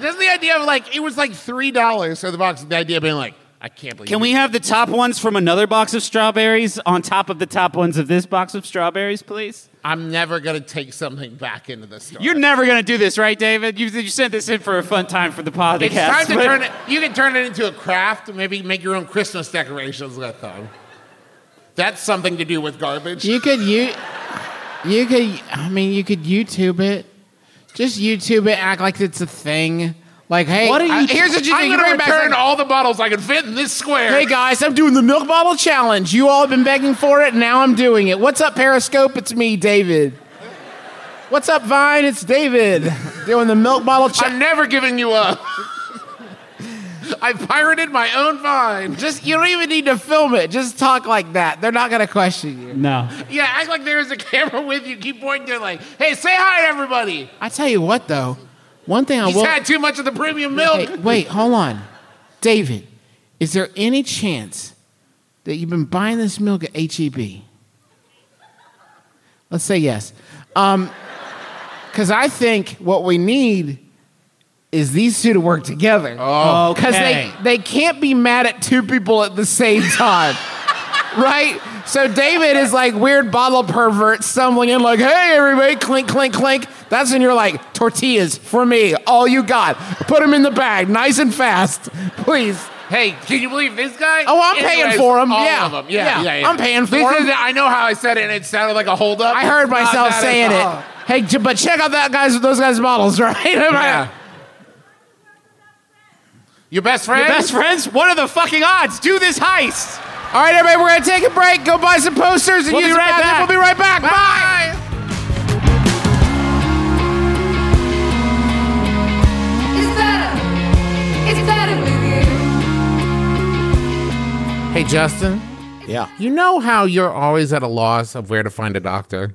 [SPEAKER 2] Just the idea of like it was like three dollars for the box. The idea being like, I can't believe.
[SPEAKER 10] Can we have the top ones from another box of strawberries on top of the top ones of this box of strawberries, please?
[SPEAKER 2] I'm never gonna take something back into the store.
[SPEAKER 10] You're never going to do this, right, David? You, you sent this in for a fun time for the podcast.
[SPEAKER 2] It's time to
[SPEAKER 10] but-
[SPEAKER 2] turn it. You can turn it into a craft. Maybe make your own Christmas decorations with them. That's something to do with garbage.
[SPEAKER 3] You could you, you could. I mean, you could YouTube it. Just YouTube it. Act like it's a thing. Like, hey,
[SPEAKER 10] What are you-
[SPEAKER 3] I- here's what you do.
[SPEAKER 2] I'm
[SPEAKER 3] You
[SPEAKER 2] gonna
[SPEAKER 3] bring it back
[SPEAKER 2] return
[SPEAKER 3] some-
[SPEAKER 2] all the bottles I can fit in this square.
[SPEAKER 3] Hey guys, I'm doing the milk bottle challenge. You all have been begging for it, and now I'm doing it. What's up, Periscope? It's me, David. What's up, Vine? It's David. Doing the milk bottle
[SPEAKER 2] I'm
[SPEAKER 3] challenge.
[SPEAKER 2] never giving you up. I pirated my own vine.
[SPEAKER 3] Just you don't even need to film it. Just talk like that. They're not gonna question you.
[SPEAKER 10] No.
[SPEAKER 2] Yeah, act like there is a <laughs> camera with you. Keep pointing. They're like, hey, say hi to everybody.
[SPEAKER 3] I tell you what, though, one thing I
[SPEAKER 2] He's
[SPEAKER 3] will.
[SPEAKER 2] had too much of the premium milk.
[SPEAKER 3] Hey, wait, hold on. David, is there any chance that you've been buying this milk at HEB? Let's say yes. Because I think what we need is these two to work together.
[SPEAKER 10] Oh,
[SPEAKER 3] Because they, they can't be mad at two people at the same time. <laughs> right? So David is like weird bottle pervert stumbling in, like, hey, everybody, clink, clink, clink. That's when you're like, tortillas for me, all you got. Put them in the bag, nice and fast, <laughs> please.
[SPEAKER 2] Hey, can you believe this guy?
[SPEAKER 3] <laughs> Oh, I'm paying
[SPEAKER 2] Anyways,
[SPEAKER 3] for 'em.
[SPEAKER 2] all
[SPEAKER 3] Yeah.
[SPEAKER 2] of 'em. Yeah,
[SPEAKER 3] Yeah.
[SPEAKER 2] yeah,
[SPEAKER 3] I'm paying for
[SPEAKER 2] This
[SPEAKER 3] 'em.
[SPEAKER 2] is- I know how I said it, and it sounded like a holdup. <laughs>
[SPEAKER 3] I heard
[SPEAKER 2] It's not
[SPEAKER 3] myself
[SPEAKER 2] that at
[SPEAKER 3] saying it.
[SPEAKER 2] all.
[SPEAKER 3] Hey, j- but check out that guys, those guys' bottles, right? Am I-
[SPEAKER 2] Yeah. Your best friend?
[SPEAKER 10] Best friends? What are the fucking odds? Do this heist.
[SPEAKER 3] All right, everybody, we're gonna take a break. Go buy some posters and
[SPEAKER 10] We'll be
[SPEAKER 3] use
[SPEAKER 10] right
[SPEAKER 3] the bathroom.
[SPEAKER 10] back.
[SPEAKER 3] We'll be right back. Bye.
[SPEAKER 1] It's better. It's better with you.
[SPEAKER 2] Hey, Justin.
[SPEAKER 11] Yeah.
[SPEAKER 2] You know how you're always at a loss of where to find a doctor? oh,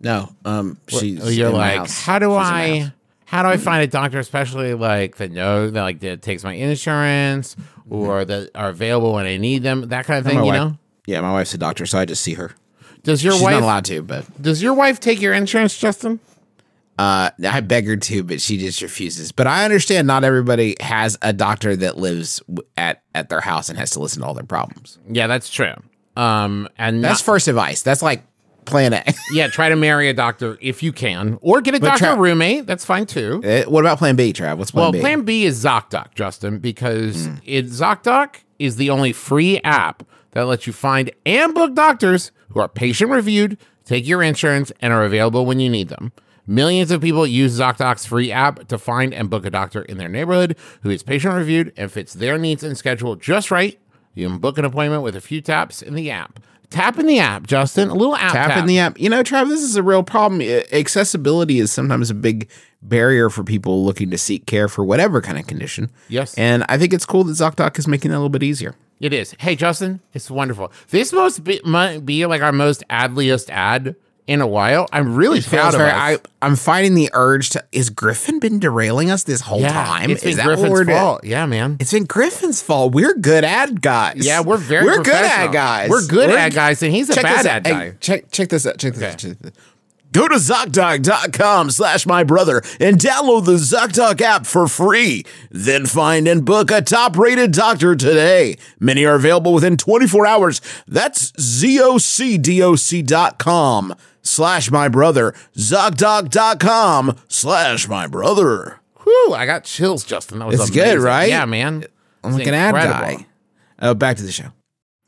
[SPEAKER 11] No. Um. She's.
[SPEAKER 2] you're
[SPEAKER 11] in my
[SPEAKER 2] like,
[SPEAKER 11] house.
[SPEAKER 2] how do
[SPEAKER 11] She's in my house.
[SPEAKER 2] I, how do I find a doctor, especially like that know that like that takes my insurance or that are available when I need them, that kind of thing.
[SPEAKER 11] My
[SPEAKER 2] You
[SPEAKER 11] wife-
[SPEAKER 2] know,
[SPEAKER 11] Yeah, my wife's a doctor, so I just see her.
[SPEAKER 2] does your
[SPEAKER 11] She's
[SPEAKER 2] wife
[SPEAKER 11] not allowed to, but
[SPEAKER 2] does your wife take your insurance, Justin?
[SPEAKER 11] uh, I beg her to, but she just refuses. But I understand not everybody has a doctor that lives w- at at their house and has to listen to all their problems.
[SPEAKER 2] Yeah, that's true. Um, and
[SPEAKER 11] That's
[SPEAKER 2] not-
[SPEAKER 11] first advice. That's like plan A. <laughs>
[SPEAKER 2] yeah, try to marry a doctor if you can, or get a
[SPEAKER 11] But
[SPEAKER 2] doctor
[SPEAKER 11] try-
[SPEAKER 2] roommate. That's fine too.
[SPEAKER 11] Eh, what about plan B, Trav? What's plan
[SPEAKER 2] well,
[SPEAKER 11] B?
[SPEAKER 2] Plan B is ZocDoc, Justin, because it ZocDoc is the only free app that lets you find and book doctors who are patient reviewed, take your insurance, and are available when you need them. Millions of people use ZocDoc's free app to find and book a doctor in their neighborhood who is patient reviewed and fits their needs and schedule just right. You can book an appointment with a few taps in the app. Tap in the app, Justin. A little app
[SPEAKER 11] tap,
[SPEAKER 2] tap,
[SPEAKER 11] in the app. You know, Trav, this is a real problem. I- Accessibility is sometimes a big barrier for people looking to seek care for whatever kind of condition.
[SPEAKER 2] Yes.
[SPEAKER 11] And I think it's cool that ZocDoc is making that a little bit easier.
[SPEAKER 2] It is. Hey, Justin, it's wonderful. This must be, might be like our most adliest ad
[SPEAKER 4] in a while. I'm really proud
[SPEAKER 12] Feels
[SPEAKER 4] of
[SPEAKER 12] very-
[SPEAKER 4] us.
[SPEAKER 12] I, I'm fighting the urge to. Is Griffin been derailing us this whole
[SPEAKER 4] yeah,
[SPEAKER 12] time?
[SPEAKER 4] it's
[SPEAKER 12] is
[SPEAKER 4] been Griffin's
[SPEAKER 12] do-
[SPEAKER 4] fault. Yeah, man.
[SPEAKER 12] It's been Griffin's fault. We're good ad guys.
[SPEAKER 4] Yeah, we're very
[SPEAKER 12] we're good
[SPEAKER 4] professional.
[SPEAKER 12] ad guys.
[SPEAKER 4] We're good ad guys, and he's a
[SPEAKER 12] check
[SPEAKER 4] bad
[SPEAKER 12] this
[SPEAKER 4] ad
[SPEAKER 12] hey,
[SPEAKER 4] guy.
[SPEAKER 12] check check this out. Check this. out. Check this out. Go to ZocDoc.com slash my brother and download the ZocDoc app for free. Then find and book a top rated doctor today. Many are available within 24 hours. That's ZocDoc.com slash my brother. ZocDoc.com slash my brother.
[SPEAKER 4] Whew, I got chills, Justin. That was
[SPEAKER 12] It's good,
[SPEAKER 4] amazing.
[SPEAKER 12] right?
[SPEAKER 4] Yeah, man.
[SPEAKER 12] I'm
[SPEAKER 4] It's
[SPEAKER 12] like an ad
[SPEAKER 4] incredible.
[SPEAKER 12] guy. Oh, back to the show.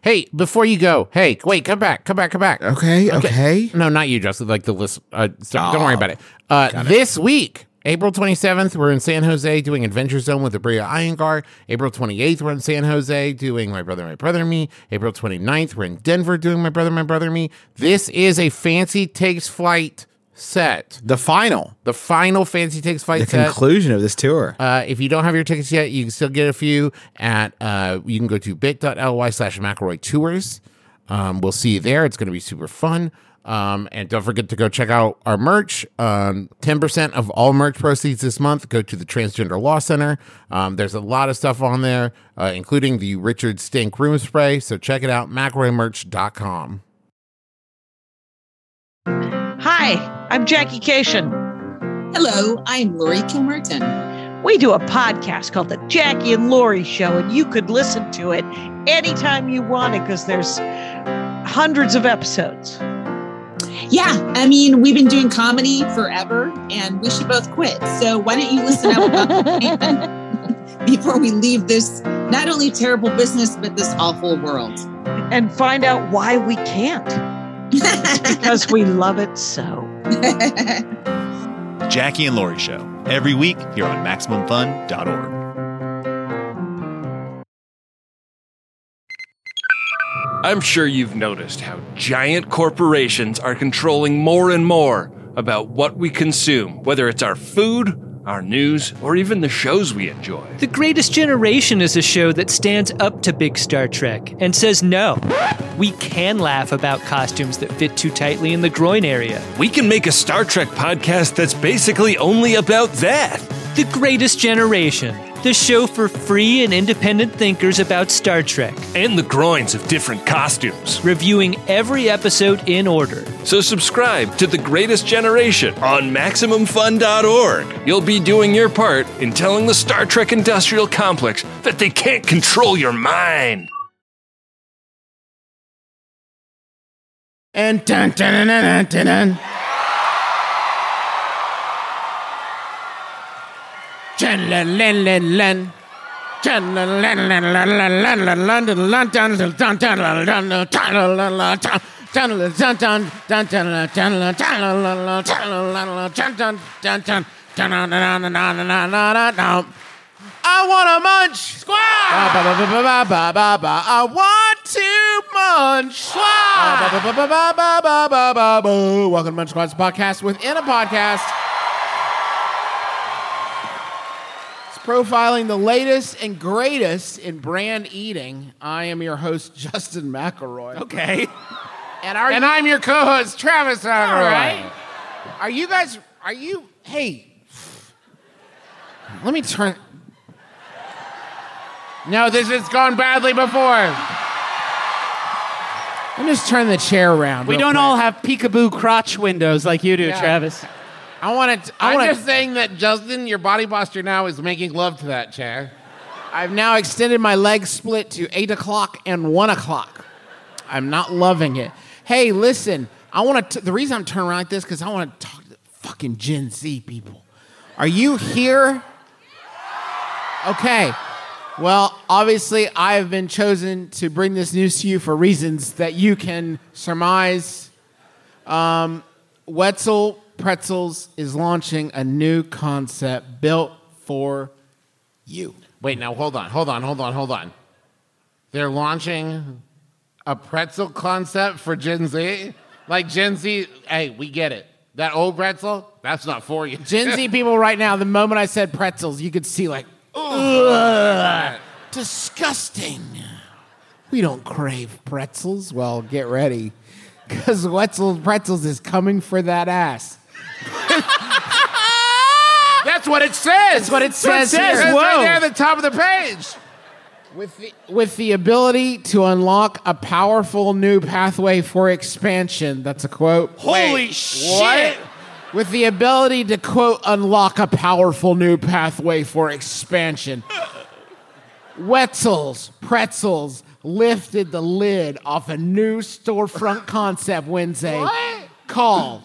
[SPEAKER 4] Hey, before you go, hey, wait, come back, come back, come back.
[SPEAKER 12] Okay, okay. Oh,
[SPEAKER 4] No, not you, Justin. Like the list. Uh, sorry, don't worry about it. Uh, this week, April 27th, we're in San Jose doing Adventure Zone with Abria Iyengar. April 28th, we're in San Jose doing My Brother, My Brother, Me. April 29th, we're in Denver doing My Brother, My Brother, Me. This is a Fancy Takes Flight set.
[SPEAKER 12] The final,
[SPEAKER 4] The final Fancy Takes Flight
[SPEAKER 12] the
[SPEAKER 4] set.
[SPEAKER 12] conclusion of this tour.
[SPEAKER 4] Uh, if you don't have your tickets yet, you can still get a few at, uh, you can go to bit.ly slash McElroy Tours. Um, we'll see you there. It's going to be super fun. Um, and don't forget to go check out our merch. Um, 10% of all merch proceeds this month go to the Transgender Law Center. Um, there's a lot of stuff on there, uh, including the Richard Stink Room Spray. So check it out, McElroyMerch.com.
[SPEAKER 13] Hi, I'm Jackie Cation. Hello, I'm Lori Kilmerton. We do a podcast called The Jackie and Lori Show, and you could listen to it anytime you wanted because there's hundreds of episodes.
[SPEAKER 1] Yeah, I mean, we've been doing comedy forever and we should both quit. So why don't you listen up <laughs> before we leave this not only terrible business, but this awful world?
[SPEAKER 13] and find out why we
[SPEAKER 1] <laughs>
[SPEAKER 13] can't because we love it so.
[SPEAKER 14] Jackie and Laurie Show, every week here on MaximumFun.org.
[SPEAKER 8] I'm sure you've noticed how giant corporations are controlling more and more about what we consume, whether it's our food, our news, or even the shows we enjoy.
[SPEAKER 15] The Greatest Generation is a show that stands up to big Star Trek and says no. We can laugh about costumes that fit too tightly in the groin area.
[SPEAKER 8] We can make a Star Trek podcast that's basically only about that.
[SPEAKER 15] The Greatest Generation, the show for free and independent thinkers about Star Trek,
[SPEAKER 8] And the groins of different costumes.
[SPEAKER 15] reviewing every episode in order.
[SPEAKER 8] So subscribe to The Greatest Generation on MaximumFun.org. You'll be doing your part in telling the Star Trek industrial complex that they can't control your mind.
[SPEAKER 2] And dun, dun, dun, dun, dun, dun. Dun-dun-dun-dun-dun. I want to munch. Squaw! Ba, ba, ba, ba, ba, ba, ba, ba. I want to munch. Squaw! Ba, ba, ba, ba, ba, ba, ba, ba, ba. Welcome to Munch Squad's podcast within a podcast. It's profiling the latest and greatest in brand eating. I am your host, Justin McElroy.
[SPEAKER 3] Okay.
[SPEAKER 2] And our
[SPEAKER 4] And I'm your co host, Travis All
[SPEAKER 2] all right. Are you guys? Are you? Hey, let me turn. No, this has gone badly before. Let me just turn the chair around.
[SPEAKER 3] We
[SPEAKER 2] real
[SPEAKER 3] don't
[SPEAKER 2] quick.
[SPEAKER 3] all have peekaboo crotch windows like you do,
[SPEAKER 2] Yeah.
[SPEAKER 3] Travis.
[SPEAKER 2] I want to. I
[SPEAKER 4] I'm
[SPEAKER 2] want
[SPEAKER 4] just
[SPEAKER 2] to.
[SPEAKER 4] saying that, Justin, your body posture now is making love to that chair.
[SPEAKER 2] I've now extended my leg split to eight o'clock and one o'clock. I'm not loving it. Hey, listen. I want to. The reason I'm turning around like this because I want to talk to fucking Gen Z people. Are you here? Okay. Well, obviously, I have been chosen to bring this news to you for reasons that you can surmise. Um, Wetzel Pretzels is launching a new concept built for you.
[SPEAKER 4] Wait, now hold on, hold on, hold on, hold on. They're launching a pretzel concept for Gen Z. Like Gen Z, hey, we get it. That old pretzel, that's not for you. <laughs>
[SPEAKER 2] Gen <laughs> Z people right now, the moment I said pretzels, you could see like, ugh, disgusting. We don't crave pretzels. Well, get ready. Because Wetzel Pretzels is coming for that ass. That's what it says. Ah! That's what it says. here.
[SPEAKER 4] It's right there
[SPEAKER 2] at the top of the page. With the With the ability to unlock a powerful new pathway for expansion. That's a quote.
[SPEAKER 4] Holy
[SPEAKER 2] Wait,
[SPEAKER 4] shit.
[SPEAKER 2] what? With the ability to quote unlock a powerful new pathway for expansion. Wetzel's Pretzels lifted the lid off a new storefront concept Wednesday called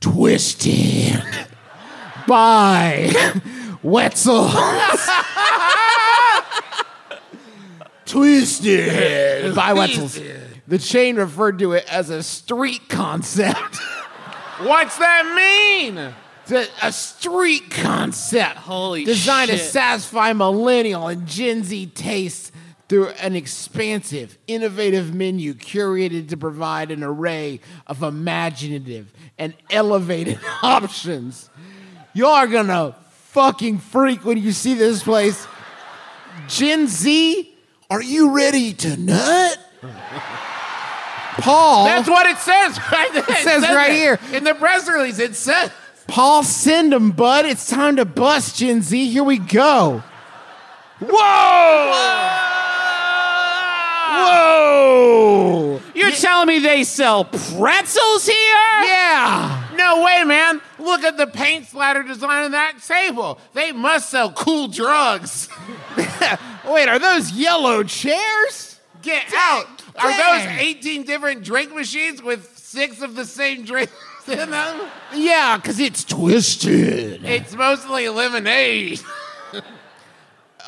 [SPEAKER 2] Twisted by Wetzel's Twisted by Wetzel's. The chain referred to it as a street concept. What's that mean? a street concept.
[SPEAKER 15] Holy
[SPEAKER 2] designed to
[SPEAKER 15] shit.
[SPEAKER 2] satisfy millennial and Gen Z tastes through an expansive, innovative menu curated to provide an array of imaginative and elevated <laughs> options. Y'all are gonna fucking freak when you see this place. Gen Z, are you ready
[SPEAKER 4] <laughs>
[SPEAKER 2] to nut? Paul.
[SPEAKER 4] That's what it says right there.
[SPEAKER 2] It says right
[SPEAKER 4] it.
[SPEAKER 2] here.
[SPEAKER 4] in the press release. It says
[SPEAKER 2] Paul, send him, bud. It's time to bust, Gen Z. Here we go. Whoa!
[SPEAKER 4] Ah.
[SPEAKER 2] Whoa!
[SPEAKER 3] You're
[SPEAKER 2] <laughs>
[SPEAKER 3] telling me they sell pretzels here?
[SPEAKER 2] Yeah.
[SPEAKER 4] no way, man. Look at the paint splatter design on that table. They must sell cool drugs.
[SPEAKER 2] <laughs> Wait, are those yellow chairs?
[SPEAKER 4] Get out. Are
[SPEAKER 2] dang.
[SPEAKER 4] those 18 different drink machines with six of the same drinks in them?
[SPEAKER 2] Yeah, because it's twisted.
[SPEAKER 4] It's mostly lemonade.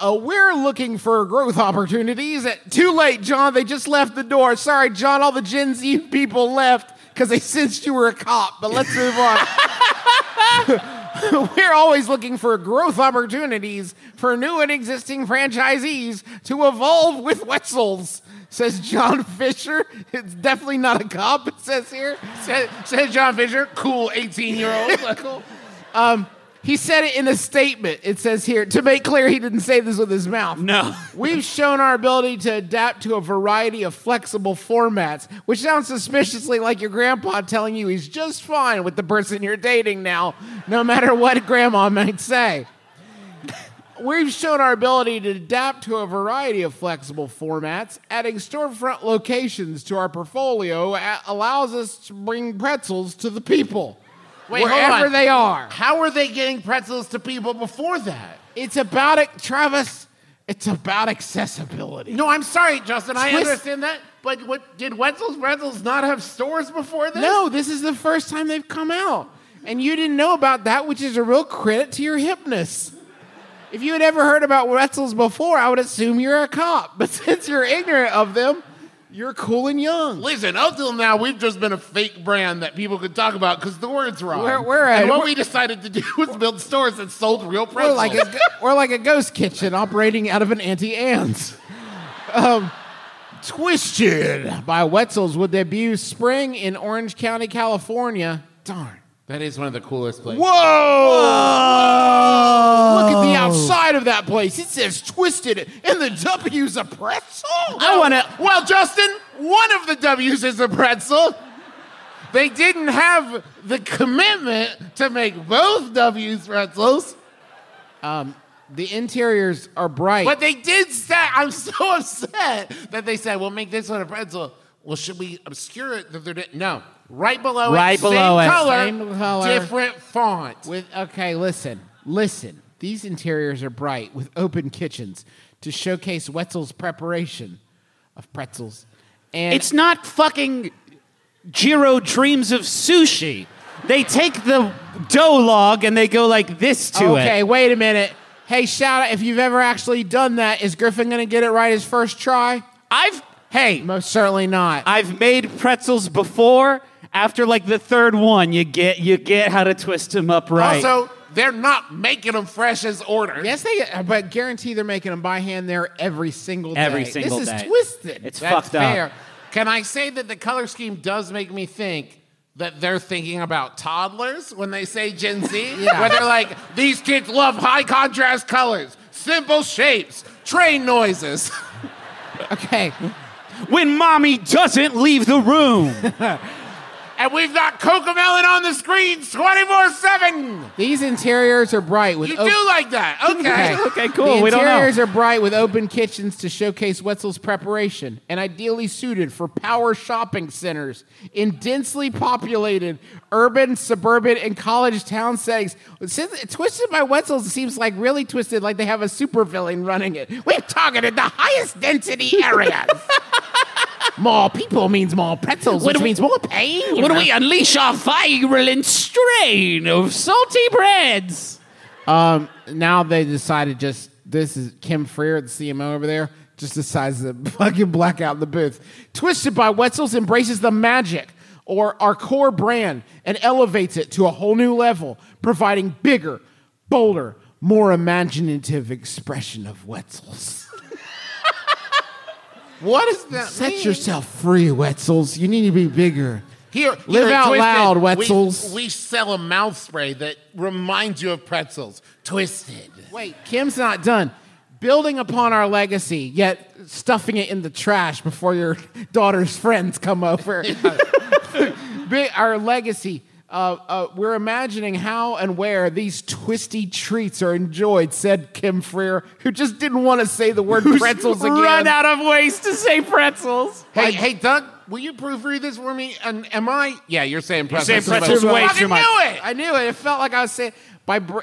[SPEAKER 2] Uh, we're looking for growth opportunities. At, too late, John. They just left the door. Sorry, John. All the Gen Z people left because they sensed you were a cop. But let's move on. <laughs> we're always looking for growth opportunities for new and existing franchisees to evolve with Wetzel's. Says John Fisher. It's definitely not a cop. It says here.
[SPEAKER 4] says, says John Fisher, cool 18 year old. cool.
[SPEAKER 2] Um, he said it in a statement. It says here to make clear he didn't say this with his mouth.
[SPEAKER 3] No.
[SPEAKER 2] <laughs> We've shown our ability to adapt to a variety of flexible formats, which sounds suspiciously like your grandpa telling you he's just fine with the person you're dating now, no matter what grandma might say. We've shown our ability to adapt to a variety of flexible formats. Adding storefront locations to our portfolio a- allows us to bring pretzels to the people
[SPEAKER 4] Wait, hold
[SPEAKER 2] wherever
[SPEAKER 4] on.
[SPEAKER 2] they are.
[SPEAKER 4] How were they getting pretzels to people before that?
[SPEAKER 2] It's about it, Travis. It's about accessibility.
[SPEAKER 4] No, I'm sorry, Justin. I
[SPEAKER 2] Twist-
[SPEAKER 4] understand that. But what did Wetzel's Pretzels not have stores before this?
[SPEAKER 2] No, this is the first time they've come out. And you didn't know about that, which is a real credit to your hipness. If you had ever heard about Wetzel's before, I would assume you're a cop. <laughs> But since you're ignorant of them, you're cool and young.
[SPEAKER 4] Listen, up till now, we've just been a fake brand that people could talk about because the word's wrong.
[SPEAKER 2] We're- we're
[SPEAKER 4] and
[SPEAKER 2] a-
[SPEAKER 4] what
[SPEAKER 2] we're-
[SPEAKER 4] we decided to
[SPEAKER 3] <laughs>
[SPEAKER 4] do was build stores that sold real
[SPEAKER 2] We're
[SPEAKER 4] pretzels.
[SPEAKER 2] like a, we're like a ghost kitchen operating out of an Auntie Anne's. Um, Twisted by Wetzel's would debut spring in Orange County, California. Darn.
[SPEAKER 4] that is one of the coolest places.
[SPEAKER 2] Whoa! Look at the outside of that place. It says twisted, and the W's a pretzel.
[SPEAKER 4] I want to. Well, Justin, one of the W's is a pretzel. They didn't have the commitment to make both W's pretzels,
[SPEAKER 2] Um, the interiors are bright.
[SPEAKER 4] but they did say, I'm so <laughs> upset that they said, we'll make this one a pretzel. Well, should we obscure it? That they're di- No. Right below
[SPEAKER 2] Right
[SPEAKER 4] it,
[SPEAKER 2] below it.
[SPEAKER 4] same color,
[SPEAKER 2] Same color.
[SPEAKER 4] different font.
[SPEAKER 2] With okay, listen, listen. These interiors are bright with open kitchens to showcase Wetzel's preparation of pretzels. And
[SPEAKER 3] It's not fucking Jiro dreams of sushi. They take the dough log and they go like this to
[SPEAKER 2] okay,
[SPEAKER 3] it.
[SPEAKER 2] wait a minute. Hey, shout out if you've ever actually done that. Is Griffin going to get it right his first try?
[SPEAKER 3] I've hey,
[SPEAKER 2] most certainly not.
[SPEAKER 3] I've made pretzels before. After like the third one, you get you get how to twist them up right.
[SPEAKER 4] Also, they're not making them fresh as ordered.
[SPEAKER 2] Yes, they. But guarantee they're making them by hand there every single day.
[SPEAKER 3] Every single
[SPEAKER 2] this
[SPEAKER 3] day.
[SPEAKER 2] is twisted.
[SPEAKER 3] It's
[SPEAKER 4] That's
[SPEAKER 3] fucked up.
[SPEAKER 4] fair. Can I say that the color scheme does make me think that they're thinking about toddlers when they say Gen <laughs> Z?
[SPEAKER 2] Yeah.
[SPEAKER 4] Where they're like, these kids love high contrast colors, simple shapes, train noises. <laughs>
[SPEAKER 2] Okay. <laughs>
[SPEAKER 3] When mommy doesn't leave the room.
[SPEAKER 4] and we've got Cocomelon on the screens 24 7.
[SPEAKER 2] These interiors are bright with
[SPEAKER 4] You do like
[SPEAKER 2] <laughs>
[SPEAKER 4] that. Okay.
[SPEAKER 2] The interiors are bright with open kitchens to showcase Wetzel's preparation and ideally suited for power shopping centers in densely populated urban, suburban, and college town settings. Since Twisted by Wetzel's seems like really twisted, like they have a supervillain running it. We've targeted the highest density areas. more people means more pretzels,
[SPEAKER 3] What
[SPEAKER 2] which
[SPEAKER 3] do we-
[SPEAKER 2] means more pain.
[SPEAKER 3] When we unleash our virulent strain of salty breads.
[SPEAKER 2] Um, now they decided just this is Kim Freer, the CMO over there, just decides to <laughs> fucking black out the booth. Twisted by Wetzel's embraces the magic or our core brand and elevates it to a whole new level, providing bigger, bolder, more imaginative expression of <laughs> Wetzel's.
[SPEAKER 4] What is that?
[SPEAKER 2] Set
[SPEAKER 4] mean?
[SPEAKER 2] yourself free, Wetzel's. You need to be bigger.
[SPEAKER 4] Here,
[SPEAKER 2] live
[SPEAKER 4] here at
[SPEAKER 2] out
[SPEAKER 4] Twisted,
[SPEAKER 2] loud,
[SPEAKER 4] we-
[SPEAKER 2] Wetzels.
[SPEAKER 4] We, sell a mouth spray that reminds you of pretzels. Twisted.
[SPEAKER 2] Wait, Kim's not done. Building upon our legacy, yet stuffing it in the trash before
[SPEAKER 4] <laughs>
[SPEAKER 2] your daughter's friends come over. <laughs> Bi- our legacy. Uh, uh, we're imagining how and where these twisty treats are enjoyed, said Kim Freer, who just didn't want to say the word pretzels again.
[SPEAKER 3] Run out of ways to say pretzels.
[SPEAKER 4] Hey, hey, Doug, will you proofread this for me? And am I? Yeah, you're saying
[SPEAKER 2] You're
[SPEAKER 4] pretzels.
[SPEAKER 2] saying
[SPEAKER 4] but-
[SPEAKER 2] pretzels way
[SPEAKER 4] I fucking
[SPEAKER 2] too much.
[SPEAKER 4] knew it.
[SPEAKER 2] I knew it. It felt like I was saying by br-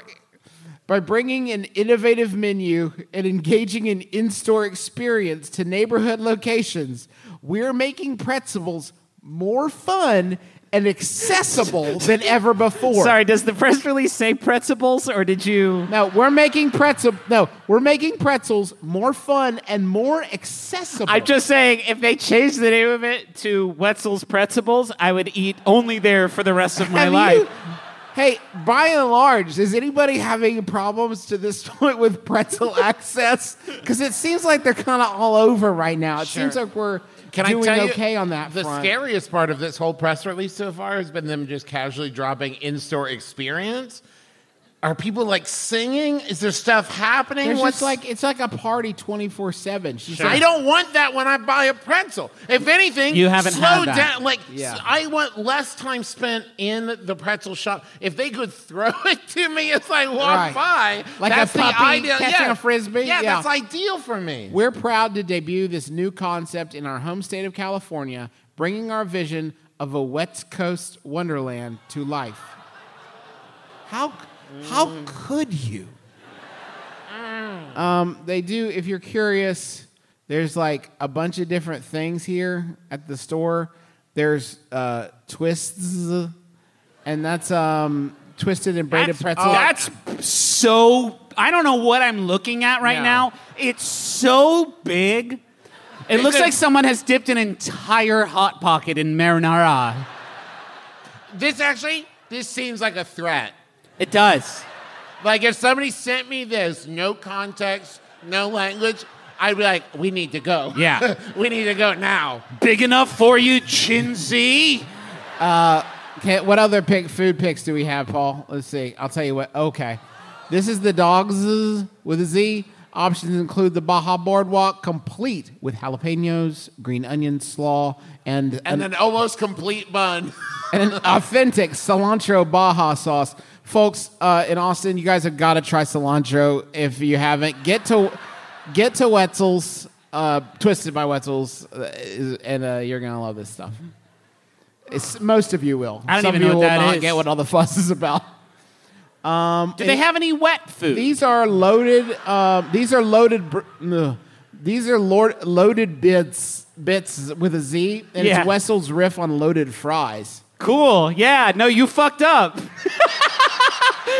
[SPEAKER 2] by bringing an innovative menu and engaging in in-store experience to neighborhood locations, we're making pretzels more fun and accessible
[SPEAKER 3] <laughs>
[SPEAKER 2] than ever before.
[SPEAKER 3] Sorry, does the press release say pretzels or did you?
[SPEAKER 2] No, we're making pretzel. No, we're making pretzels more fun and more accessible.
[SPEAKER 3] I'm just saying, if they changed the name of it to Wetzel's Pretzels, I would eat only there for the rest of my
[SPEAKER 2] Have
[SPEAKER 3] life.
[SPEAKER 2] you- hey, by and large, is anybody having problems to this <laughs> point with pretzel access? Because it seems like they're kind of all over right now. It
[SPEAKER 4] Sure.
[SPEAKER 2] seems like we're
[SPEAKER 4] Can I
[SPEAKER 2] doing
[SPEAKER 4] tell you,
[SPEAKER 2] okay on that
[SPEAKER 4] The
[SPEAKER 2] front.
[SPEAKER 4] scariest part of this whole press release so far has been them just casually dropping in-store experience. Are people like singing? Is there stuff happening?
[SPEAKER 2] There's
[SPEAKER 4] What's
[SPEAKER 2] just like it's like a party twenty four seven.
[SPEAKER 4] I don't want that when I buy a pretzel. If anything,
[SPEAKER 2] You haven't
[SPEAKER 4] slow
[SPEAKER 2] had that.
[SPEAKER 4] down. Like
[SPEAKER 2] Yeah.
[SPEAKER 4] s- I want less time spent in the pretzel shop. If they could throw <laughs> it to me as I walk
[SPEAKER 2] Right.
[SPEAKER 4] by,
[SPEAKER 2] Like a
[SPEAKER 4] that's the
[SPEAKER 2] puppy
[SPEAKER 4] ideal.
[SPEAKER 2] catching
[SPEAKER 4] yeah.
[SPEAKER 2] a Frisbee?
[SPEAKER 4] Yeah,
[SPEAKER 2] Yeah.
[SPEAKER 4] that's ideal for me.
[SPEAKER 2] We're proud to debut this new concept in our home state of California, bringing our vision of a West Coast wonderland to life. How how could you? Um, they do. If you're curious, there's like a bunch of different things here at the store. There's uh, twists, and that's um, twisted and braided pretzel.
[SPEAKER 4] Oh.
[SPEAKER 3] That's so. I don't know what I'm looking at right now. It's so big. It
[SPEAKER 4] It's
[SPEAKER 3] looks
[SPEAKER 4] a-
[SPEAKER 3] like someone has dipped an entire hot pocket in marinara.
[SPEAKER 4] This actually, this seems like a threat.
[SPEAKER 3] It does.
[SPEAKER 4] Like if somebody sent me this, no context, no language, I'd be like, we need to go.
[SPEAKER 3] Yeah.
[SPEAKER 4] <laughs> we need to go now.
[SPEAKER 3] Big enough for you, Chin Z.
[SPEAKER 2] Uh, okay, what other pick, food picks do we have, Paul? Let's see. I'll tell you what. Okay. This is the dogs with a Z. Options include the Baja Boardwalk, complete with jalapenos, green onion slaw, and
[SPEAKER 4] And an
[SPEAKER 2] an,
[SPEAKER 4] almost complete bun.
[SPEAKER 2] <laughs> and an authentic cilantro Baja sauce. Folks uh, in Austin, you guys have got to try cilantro if you haven't. Get to get to Wetzel's, uh, Twisted by Wetzel's, uh, is- and uh, you're gonna love this stuff. It's, most of you will.
[SPEAKER 3] I don't
[SPEAKER 2] Some of you
[SPEAKER 3] even know what
[SPEAKER 2] will
[SPEAKER 3] that
[SPEAKER 2] not
[SPEAKER 3] is.
[SPEAKER 2] Get what all the fuss is about. Um,
[SPEAKER 3] <laughs> Do they have any wet food?
[SPEAKER 2] These are loaded. Um, these are loaded. Br- ugh. these are lord- loaded bits bits with a Z, and
[SPEAKER 3] Yeah.
[SPEAKER 2] it's Wessel's riff on loaded fries.
[SPEAKER 3] Cool. Yeah. No, you fucked up. <laughs>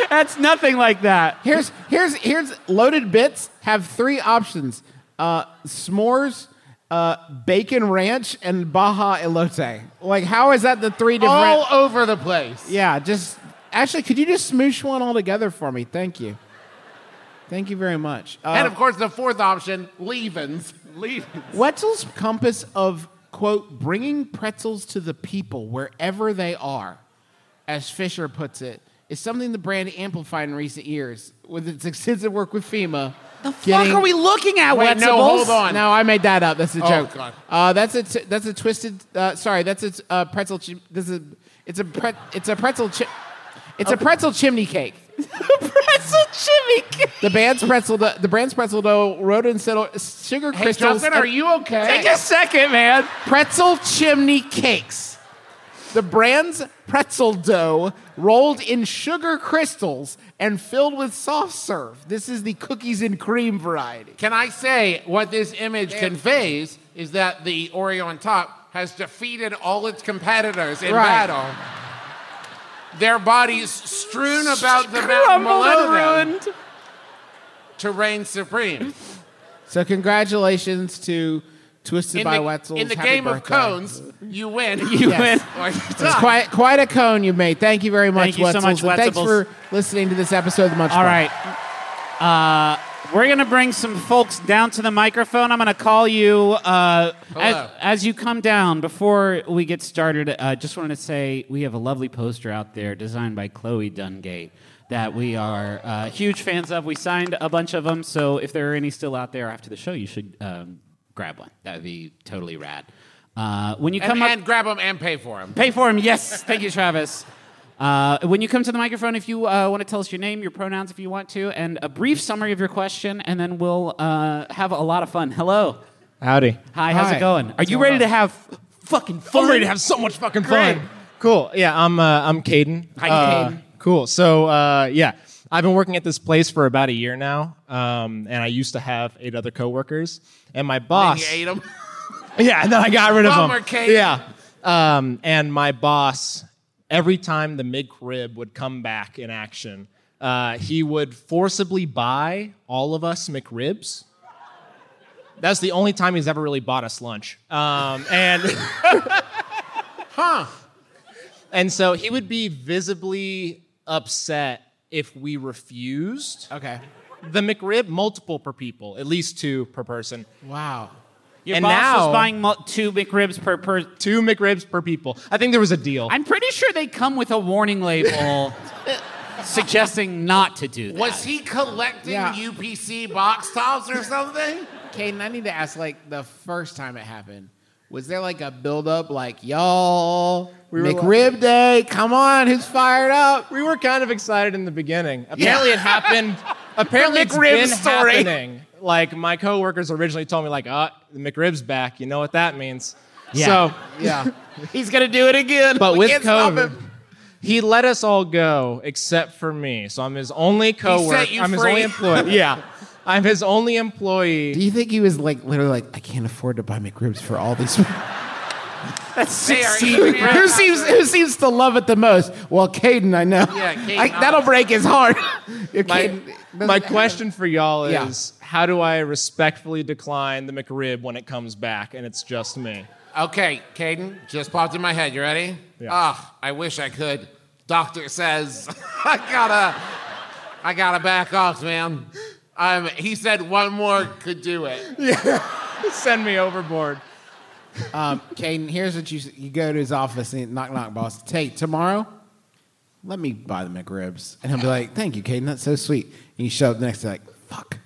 [SPEAKER 3] That's nothing like that.
[SPEAKER 2] Here's here's here's loaded bits have three options: uh, s'mores, uh, bacon ranch, and Baja elote. Like, how is that the three different?
[SPEAKER 4] All over the place.
[SPEAKER 2] Yeah, just actually, could you just smoosh one all together for me? Thank you. Thank you very much. Uh,
[SPEAKER 4] and of course, the fourth option, leavens.
[SPEAKER 3] Leavens.
[SPEAKER 2] Wetzel's compass of, quote, bringing pretzels to the people wherever they are, as Fisher puts it, is something the brand amplified in recent years with its extensive work with FEMA. The
[SPEAKER 3] fuck are we looking at,
[SPEAKER 2] Wait, no,
[SPEAKER 3] Wetzel's?
[SPEAKER 2] hold on. No, I made that up. That's a
[SPEAKER 3] Oh,
[SPEAKER 2] joke.
[SPEAKER 3] God.
[SPEAKER 2] Uh, that's a t- that's a twisted. Uh, sorry, that's a t- uh, pretzel. Chi- this is It's a pre- it's a pretzel chi- It's a pretzel chimney cake.
[SPEAKER 16] pretzel chimney cake.
[SPEAKER 2] The band's pretzel dough, the brand's pretzel dough, rodent settle, sugar
[SPEAKER 4] Hey,
[SPEAKER 2] crystals.
[SPEAKER 4] Jonathan,
[SPEAKER 2] and-
[SPEAKER 4] are you okay?
[SPEAKER 2] Take a second, man. Pretzel chimney cakes. The brand's pretzel dough rolled in sugar crystals and filled with soft serve. This is the cookies and cream variety.
[SPEAKER 4] Can I say what this image conveys is that the Oreo on top has defeated all its competitors in
[SPEAKER 2] Right.
[SPEAKER 4] battle. Their bodies strewn about the mountain
[SPEAKER 16] Crumbled
[SPEAKER 4] below
[SPEAKER 16] and
[SPEAKER 4] them to reign supreme.
[SPEAKER 2] So congratulations to Twisted
[SPEAKER 4] In
[SPEAKER 2] by
[SPEAKER 4] the,
[SPEAKER 2] Wetzel's.
[SPEAKER 4] in the
[SPEAKER 2] Happy
[SPEAKER 4] game of
[SPEAKER 2] birthday.
[SPEAKER 4] cones, you win.
[SPEAKER 2] You <laughs> Yes.
[SPEAKER 4] Or you're
[SPEAKER 2] It's
[SPEAKER 4] done.
[SPEAKER 2] quite, quite a cone you made. Thank you very much,
[SPEAKER 3] Thank you so
[SPEAKER 2] Wetzel's.
[SPEAKER 3] much,
[SPEAKER 2] and thanks
[SPEAKER 3] Wetzel's.
[SPEAKER 2] for listening to this episode of the Much
[SPEAKER 3] All right. Uh, we're going to bring some folks down to the microphone. I'm going to call you. Uh, as, as you come down, before we get started, uh, just wanted to say we have a lovely poster out there designed by Chloe Dungate that we are uh, huge fans of. We signed a bunch of them, so if there are any still out there after the show, you should um, grab one. That would be totally rad. Uh, when you
[SPEAKER 4] and,
[SPEAKER 3] come up,
[SPEAKER 4] and grab them and pay for them.
[SPEAKER 3] Pay for him. Yes. Thank you, Travis. Uh, when you come to the microphone, if you uh, want to tell us your name, your pronouns, if you want to, and a brief summary of your question, and then we'll uh, have a lot of fun. Hello.
[SPEAKER 17] Howdy.
[SPEAKER 3] Hi. How's
[SPEAKER 17] Hi.
[SPEAKER 3] it going? Are
[SPEAKER 17] What's
[SPEAKER 3] you
[SPEAKER 17] going
[SPEAKER 3] ready
[SPEAKER 17] on?
[SPEAKER 3] to have fucking fun?
[SPEAKER 17] I'm ready to have so much fucking
[SPEAKER 3] Great.
[SPEAKER 17] fun. Cool. Yeah, I'm uh, I'm Caden.
[SPEAKER 3] Hi,
[SPEAKER 17] Uh,
[SPEAKER 3] Caden.
[SPEAKER 17] Cool. So uh, yeah, I've been working at this place for about a year now, um, and I used to have eight other coworkers, and my boss.
[SPEAKER 4] You ate 'em.
[SPEAKER 17] Yeah, and then I got rid of
[SPEAKER 4] Bummer,
[SPEAKER 17] them.
[SPEAKER 4] Caden.
[SPEAKER 17] Yeah, um, and my boss, every time the mid crib would come back in action, uh, he would forcibly buy all of us McRibs. That's the only time he's ever really bought us lunch. Um, and <laughs> huh. And so he would be visibly upset if we refused. Okay. The McRib multiple per people, at least two per person. Wow.
[SPEAKER 3] Your
[SPEAKER 17] and
[SPEAKER 3] boss
[SPEAKER 17] now
[SPEAKER 3] was buying mul- two McRibs per person.
[SPEAKER 17] two McRibs per people. I think there was a deal.
[SPEAKER 3] I'm pretty sure they come with a
[SPEAKER 17] <laughs>
[SPEAKER 3] warning label
[SPEAKER 2] <laughs>
[SPEAKER 3] suggesting not to do that.
[SPEAKER 4] Was he collecting
[SPEAKER 2] Yeah.
[SPEAKER 4] UPC box tops or something?
[SPEAKER 2] Caden, I need to ask, like, the first time it happened, was there like a buildup, like, y'all,
[SPEAKER 17] We were
[SPEAKER 2] McRib Day, come on, who's fired up?
[SPEAKER 17] We were kind of excited in the beginning. Apparently it <laughs> happened. Apparently it's
[SPEAKER 2] McRib
[SPEAKER 17] been
[SPEAKER 2] story.
[SPEAKER 17] happening. Like my coworkers originally told me, like, ah, the McRib's back. You know what that means.
[SPEAKER 2] Yeah.
[SPEAKER 17] So
[SPEAKER 2] Yeah.
[SPEAKER 17] <laughs> he's gonna do it again. But
[SPEAKER 2] We
[SPEAKER 17] with
[SPEAKER 2] can't stop
[SPEAKER 17] COVID, he let us all go except for me. So I'm his only coworker.
[SPEAKER 2] you
[SPEAKER 17] I'm his
[SPEAKER 2] free.
[SPEAKER 17] only <laughs> employee. yeah. I'm his only employee.
[SPEAKER 2] Do you think he was like literally like, I can't afford to buy McRibs for all
[SPEAKER 17] <laughs>
[SPEAKER 2] these <laughs> people?
[SPEAKER 3] That's
[SPEAKER 2] who seems who seems to love it the most? Well, Caden, I know.
[SPEAKER 17] Yeah, Caden,
[SPEAKER 2] I- that'll break his heart. <laughs> If
[SPEAKER 17] My,
[SPEAKER 2] Caden doesn't
[SPEAKER 17] my
[SPEAKER 2] have-
[SPEAKER 17] question for y'all
[SPEAKER 2] Yeah.
[SPEAKER 17] is how do I respectfully decline the McRib when it comes back and it's just me?
[SPEAKER 4] Okay, Caden, just popped in my head. You ready?
[SPEAKER 17] Yeah.
[SPEAKER 4] Ah, I wish I could. Doctor says <laughs> I gotta, I gotta back off, man. Um, he said one more could do
[SPEAKER 2] <laughs>
[SPEAKER 4] it.
[SPEAKER 17] <laughs> Send me overboard.
[SPEAKER 2] Um, Caden, here's what you s- you go to his office and knock knock boss. Hey, tomorrow, let me buy the McRibs, and he'll be like, "Thank you, Caden. That's so sweet." And you show up the next day like, "Fuck,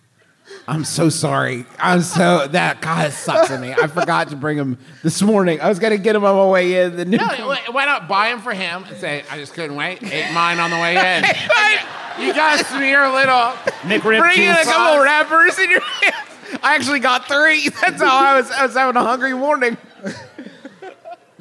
[SPEAKER 2] I'm so sorry. I'm so that God it sucks to me. I forgot to bring him this morning. I was gonna get him on my way in. The new
[SPEAKER 4] <laughs> No, wh- why not buy them for him and say I just couldn't wait. Ate mine on the way
[SPEAKER 2] <laughs>
[SPEAKER 4] in. you got smear a little.
[SPEAKER 2] McRib Bring in a
[SPEAKER 4] juice.
[SPEAKER 2] couple wrappers in your hand. I actually got
[SPEAKER 4] <laughs>
[SPEAKER 2] three. That's how I was. I was having a hungry morning.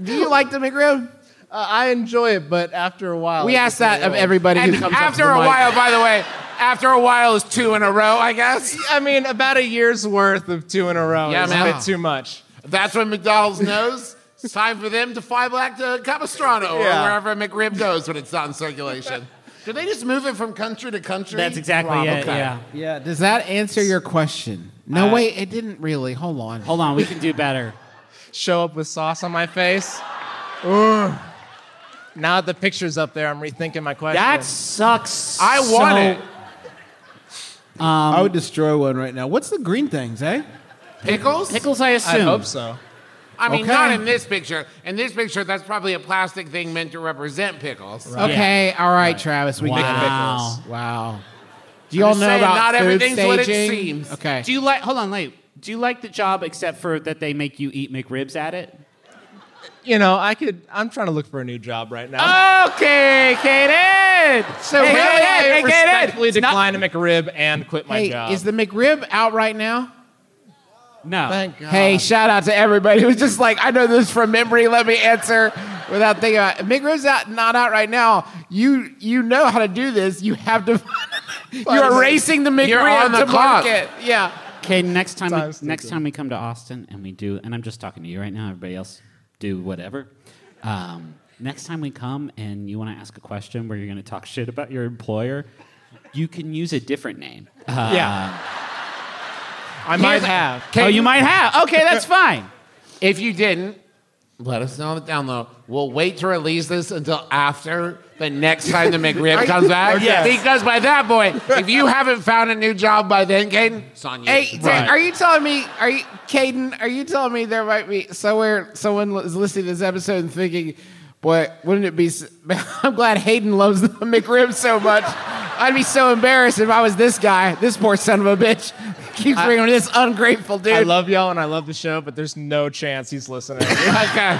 [SPEAKER 2] Do you like the McRib?
[SPEAKER 17] Uh, I enjoy it, but after a while,
[SPEAKER 2] We
[SPEAKER 17] it
[SPEAKER 2] asked
[SPEAKER 17] gets
[SPEAKER 2] that
[SPEAKER 17] a
[SPEAKER 2] of
[SPEAKER 17] little-
[SPEAKER 2] everybody who
[SPEAKER 4] And
[SPEAKER 2] comes up to
[SPEAKER 4] after
[SPEAKER 2] the
[SPEAKER 4] a
[SPEAKER 2] mic.
[SPEAKER 4] while, by the way, after a while is two in a row, I guess.
[SPEAKER 17] I mean, about a year's worth of two in a row
[SPEAKER 4] Yeah,
[SPEAKER 17] is
[SPEAKER 4] man.
[SPEAKER 17] a bit too much.
[SPEAKER 4] That's when <laughs> McDonald's knows it's time for them to fly back to Capistrano
[SPEAKER 17] Yeah.
[SPEAKER 4] or wherever McRib goes when it's not in <laughs> circulation. Do they just move it from country to country?
[SPEAKER 3] That's exactly
[SPEAKER 4] Wow,
[SPEAKER 3] it.
[SPEAKER 4] okay.
[SPEAKER 3] Yeah.
[SPEAKER 2] Yeah. Does that answer your question? No,
[SPEAKER 3] Uh,
[SPEAKER 2] wait, it didn't really. Hold on.
[SPEAKER 3] Hold on. We can do better.
[SPEAKER 17] Show up with sauce on my face. Ugh. Now that the picture's up there, I'm rethinking my question.
[SPEAKER 3] That sucks.
[SPEAKER 17] I want it.
[SPEAKER 4] um,
[SPEAKER 2] I would destroy one right now. What's the green things, eh?
[SPEAKER 4] Pickles?
[SPEAKER 3] Pickles, I assume.
[SPEAKER 17] so.
[SPEAKER 4] I mean,
[SPEAKER 2] Okay.
[SPEAKER 4] not in this picture. In this picture, that's probably a plastic thing meant to represent pickles.
[SPEAKER 2] Okay, all right, Travis. We
[SPEAKER 3] Wow.
[SPEAKER 2] can pickles. Wow. Do
[SPEAKER 3] I'm
[SPEAKER 2] y'all
[SPEAKER 3] just
[SPEAKER 2] know
[SPEAKER 3] saying,
[SPEAKER 2] about
[SPEAKER 3] not
[SPEAKER 2] food
[SPEAKER 3] everything's
[SPEAKER 2] staging?
[SPEAKER 3] what it seems.
[SPEAKER 2] Okay.
[SPEAKER 3] Do you like? Hold on, wait. Do you like the job except for that they make you eat McRibs at it?
[SPEAKER 17] you know, I could. I'm trying to look for a new job right now.
[SPEAKER 3] Okay, Kaden.
[SPEAKER 17] So
[SPEAKER 3] hey,
[SPEAKER 17] really, I
[SPEAKER 3] Kaden, hey, Kaden.
[SPEAKER 17] respectfully decline a McRib and
[SPEAKER 3] Oh
[SPEAKER 17] quit my
[SPEAKER 2] hey,
[SPEAKER 17] job.
[SPEAKER 2] is the McRib out right now?
[SPEAKER 3] No.
[SPEAKER 17] Thank God.
[SPEAKER 2] Hey, shout out to everybody who's just like, I know this from memory. Let me answer without thinking about it. McRib's out, not out right now. You you know how to do this. You have to. <laughs> you're racing the McRib
[SPEAKER 3] You're on the
[SPEAKER 2] to
[SPEAKER 3] clock.
[SPEAKER 2] market. Yeah.
[SPEAKER 3] Kaden, next time we, next time we come to Austin and we do, and I'm just talking to you right now. Everybody else, do whatever. Um, next time we come and you want to ask a question where you're going to talk shit about your employer, you can use a different name. Uh,
[SPEAKER 17] Yeah. I
[SPEAKER 3] might have. Oh, you might have. Okay,
[SPEAKER 2] <laughs>
[SPEAKER 3] that's fine.
[SPEAKER 2] If you didn't,
[SPEAKER 4] let us know the
[SPEAKER 2] down low.
[SPEAKER 4] We'll wait to release this until
[SPEAKER 2] after the next time the <laughs> McRib
[SPEAKER 4] Are
[SPEAKER 2] comes
[SPEAKER 4] you-
[SPEAKER 2] back.
[SPEAKER 4] Yes.
[SPEAKER 2] Because by that point, if you haven't found a new job by then, Caden, it's
[SPEAKER 4] on you.
[SPEAKER 2] Hey, Dan,
[SPEAKER 4] Right.
[SPEAKER 2] are you telling me? Are you, Caden? Are you telling me there might be somewhere someone is listening to this episode and thinking, "Boy, wouldn't it be? s- <laughs> I'm glad Hayden loves the McRib so much. I'd be so embarrassed if I was this guy. This poor son of a bitch keeps
[SPEAKER 17] I-
[SPEAKER 2] bringing this ungrateful dude.
[SPEAKER 17] I love y'all and I love the show, but there's no chance he's
[SPEAKER 3] <laughs>
[SPEAKER 17] listening.
[SPEAKER 2] okay.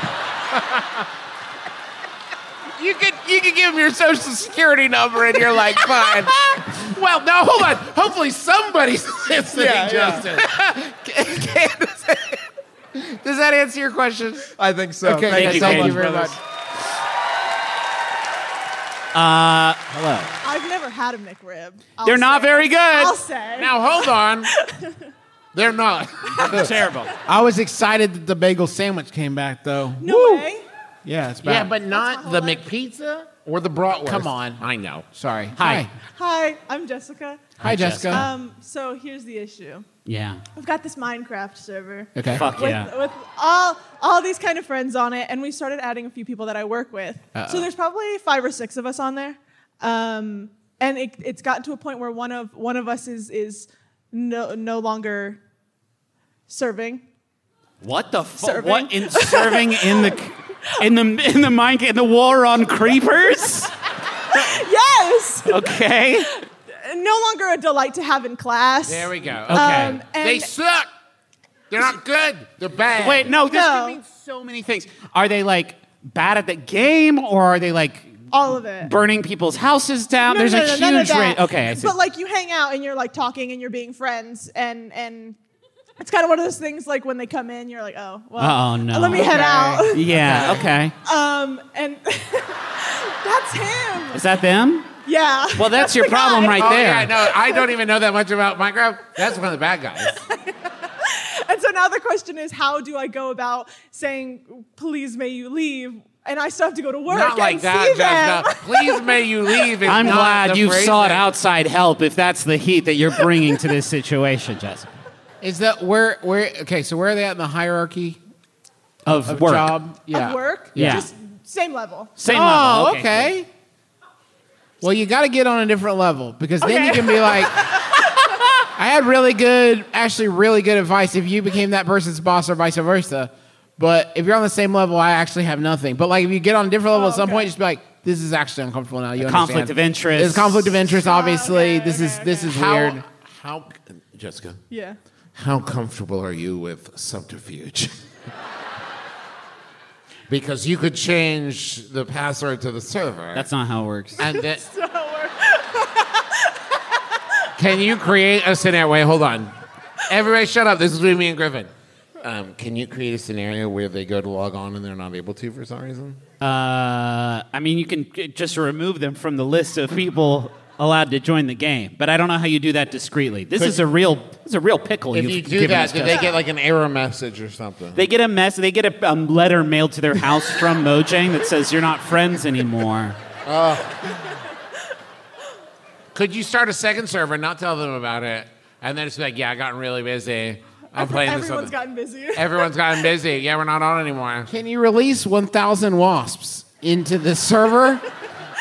[SPEAKER 2] You could you could give him your social security number and you're
[SPEAKER 17] <laughs>
[SPEAKER 2] like, fine. well, now hold on. Hopefully somebody's listening,
[SPEAKER 17] Yeah, yeah.
[SPEAKER 2] Justin. <laughs> Does that answer your question?
[SPEAKER 17] I think so.
[SPEAKER 2] Okay,
[SPEAKER 17] Thank
[SPEAKER 2] yes,
[SPEAKER 17] you,
[SPEAKER 2] thank
[SPEAKER 17] Katie.
[SPEAKER 2] you very much.
[SPEAKER 3] Uh, hello.
[SPEAKER 5] I've never had a McRib. I'll
[SPEAKER 3] They're not
[SPEAKER 5] say.
[SPEAKER 3] very good.
[SPEAKER 5] I'll say.
[SPEAKER 2] Now
[SPEAKER 5] <laughs>
[SPEAKER 2] hold on. They're not.
[SPEAKER 3] <laughs> Terrible.
[SPEAKER 2] I was excited that the bagel sandwich came back though.
[SPEAKER 5] No way.
[SPEAKER 2] Yeah, it's
[SPEAKER 4] Yeah,
[SPEAKER 2] back.
[SPEAKER 4] but not the McPizza or the bratwurst.
[SPEAKER 2] Come on.
[SPEAKER 4] I know.
[SPEAKER 2] Sorry.
[SPEAKER 3] Hi.
[SPEAKER 5] Hi, I'm Jessica.
[SPEAKER 2] Hi, Jessica. Jessica.
[SPEAKER 5] Um, so here's the issue.
[SPEAKER 3] Yeah.
[SPEAKER 5] I've got this Minecraft server.
[SPEAKER 3] Okay. Fuck
[SPEAKER 5] with,
[SPEAKER 3] yeah.
[SPEAKER 5] With all all these kind of friends on it, and we started adding a few people that I work with.
[SPEAKER 3] Uh-oh.
[SPEAKER 5] So there's probably five or six of us on there, um, and it, it's gotten to a point where one of one of us is is no no longer serving.
[SPEAKER 3] What the fuck?
[SPEAKER 5] Serving.
[SPEAKER 3] What in serving in the <laughs> in the in the mine in the war on creepers?
[SPEAKER 5] <laughs> yes.
[SPEAKER 3] Okay.
[SPEAKER 5] No longer a delight to have in class.
[SPEAKER 4] There we go.
[SPEAKER 3] Okay.
[SPEAKER 5] Um, and-
[SPEAKER 4] they suck. They're not good. They're bad.
[SPEAKER 3] Wait, no. This
[SPEAKER 5] No.
[SPEAKER 3] could mean so many things. Are they like bad at the game, or are they like
[SPEAKER 5] all of it?
[SPEAKER 3] burning people's houses down?
[SPEAKER 5] No,
[SPEAKER 3] There's
[SPEAKER 5] no,
[SPEAKER 3] a
[SPEAKER 5] no, none of
[SPEAKER 3] huge
[SPEAKER 5] that.
[SPEAKER 3] range. Okay, I see.
[SPEAKER 5] But like you hang out and you're like talking and you're being friends and and it's kind of one of those things like when they come in you're like oh well
[SPEAKER 3] oh no.
[SPEAKER 5] let me head out
[SPEAKER 3] <laughs> Yeah. Okay.
[SPEAKER 5] um and <laughs> that's him
[SPEAKER 3] Is that them?
[SPEAKER 5] yeah
[SPEAKER 3] Well, that's your
[SPEAKER 5] the guy.
[SPEAKER 3] problem right
[SPEAKER 4] oh,
[SPEAKER 3] there.
[SPEAKER 4] Yeah, no, I don't even know that much about Minecraft. That's one of the bad guys.
[SPEAKER 5] and so now the question is how do I go about saying please may you leave and I still have to go to <laughs> work
[SPEAKER 4] not like
[SPEAKER 5] and
[SPEAKER 4] that,
[SPEAKER 5] see them
[SPEAKER 2] <laughs>
[SPEAKER 4] Jeff. No. Please may you leave. is
[SPEAKER 3] I'm
[SPEAKER 4] not
[SPEAKER 3] glad
[SPEAKER 4] the
[SPEAKER 3] you
[SPEAKER 4] phrase
[SPEAKER 3] sought
[SPEAKER 4] that-
[SPEAKER 3] outside help if that's the heat that you're bringing to this situation, Jessica.
[SPEAKER 2] Is that where where okay, so where are they at in the hierarchy
[SPEAKER 3] Of,
[SPEAKER 2] of
[SPEAKER 3] work.
[SPEAKER 2] job? Yeah.
[SPEAKER 5] of work
[SPEAKER 3] Yeah.
[SPEAKER 5] just same level
[SPEAKER 3] Same
[SPEAKER 2] oh,
[SPEAKER 3] level.
[SPEAKER 2] okay. Well, you got to get on a different level because then you
[SPEAKER 5] Okay.
[SPEAKER 2] can be like, I had really good, actually really good advice if you became that person's boss or vice versa. But if you're on the same level, I actually have nothing. But like if you get on a different level at some point, just be like, this is actually uncomfortable now. You understand.
[SPEAKER 3] conflict of interest.
[SPEAKER 2] It's conflict of interest. Obviously, this is this is
[SPEAKER 4] How-
[SPEAKER 2] weird.
[SPEAKER 4] How, Jessica?
[SPEAKER 5] yeah
[SPEAKER 4] How comfortable are you with
[SPEAKER 3] <laughs>
[SPEAKER 4] subterfuge? because you could change the password to the server.
[SPEAKER 3] That's not how it works.
[SPEAKER 4] and then,
[SPEAKER 5] <laughs> so work.
[SPEAKER 4] can you create a scenario? Wait, hold on. Everybody, shut up. This is between me and Griffin. Um, can you create a scenario where they go to log on and they're not able to for some reason?
[SPEAKER 3] Uh, I mean, you can j- just remove them from the list of people allowed to join the game, but I don't know how you do that discreetly. This
[SPEAKER 4] But-
[SPEAKER 3] is a real, this is a real pickle.
[SPEAKER 4] If
[SPEAKER 3] you've
[SPEAKER 4] you do
[SPEAKER 3] given
[SPEAKER 4] that,
[SPEAKER 3] us,
[SPEAKER 4] do
[SPEAKER 3] Justin.
[SPEAKER 4] they get like an error message or something?
[SPEAKER 3] They get a mess. They get a um, letter mailed to their house
[SPEAKER 2] <laughs>
[SPEAKER 3] from Mojang that says you're not friends anymore.
[SPEAKER 4] <laughs> Could you start a second server, not tell them about it, and then it's like, yeah, I got really busy. I'm playing this
[SPEAKER 5] everyone's
[SPEAKER 4] other.
[SPEAKER 5] gotten busier
[SPEAKER 4] Everyone's gotten busy. Yeah, we're not on anymore.
[SPEAKER 2] Can you release 1,000 wasps into the server?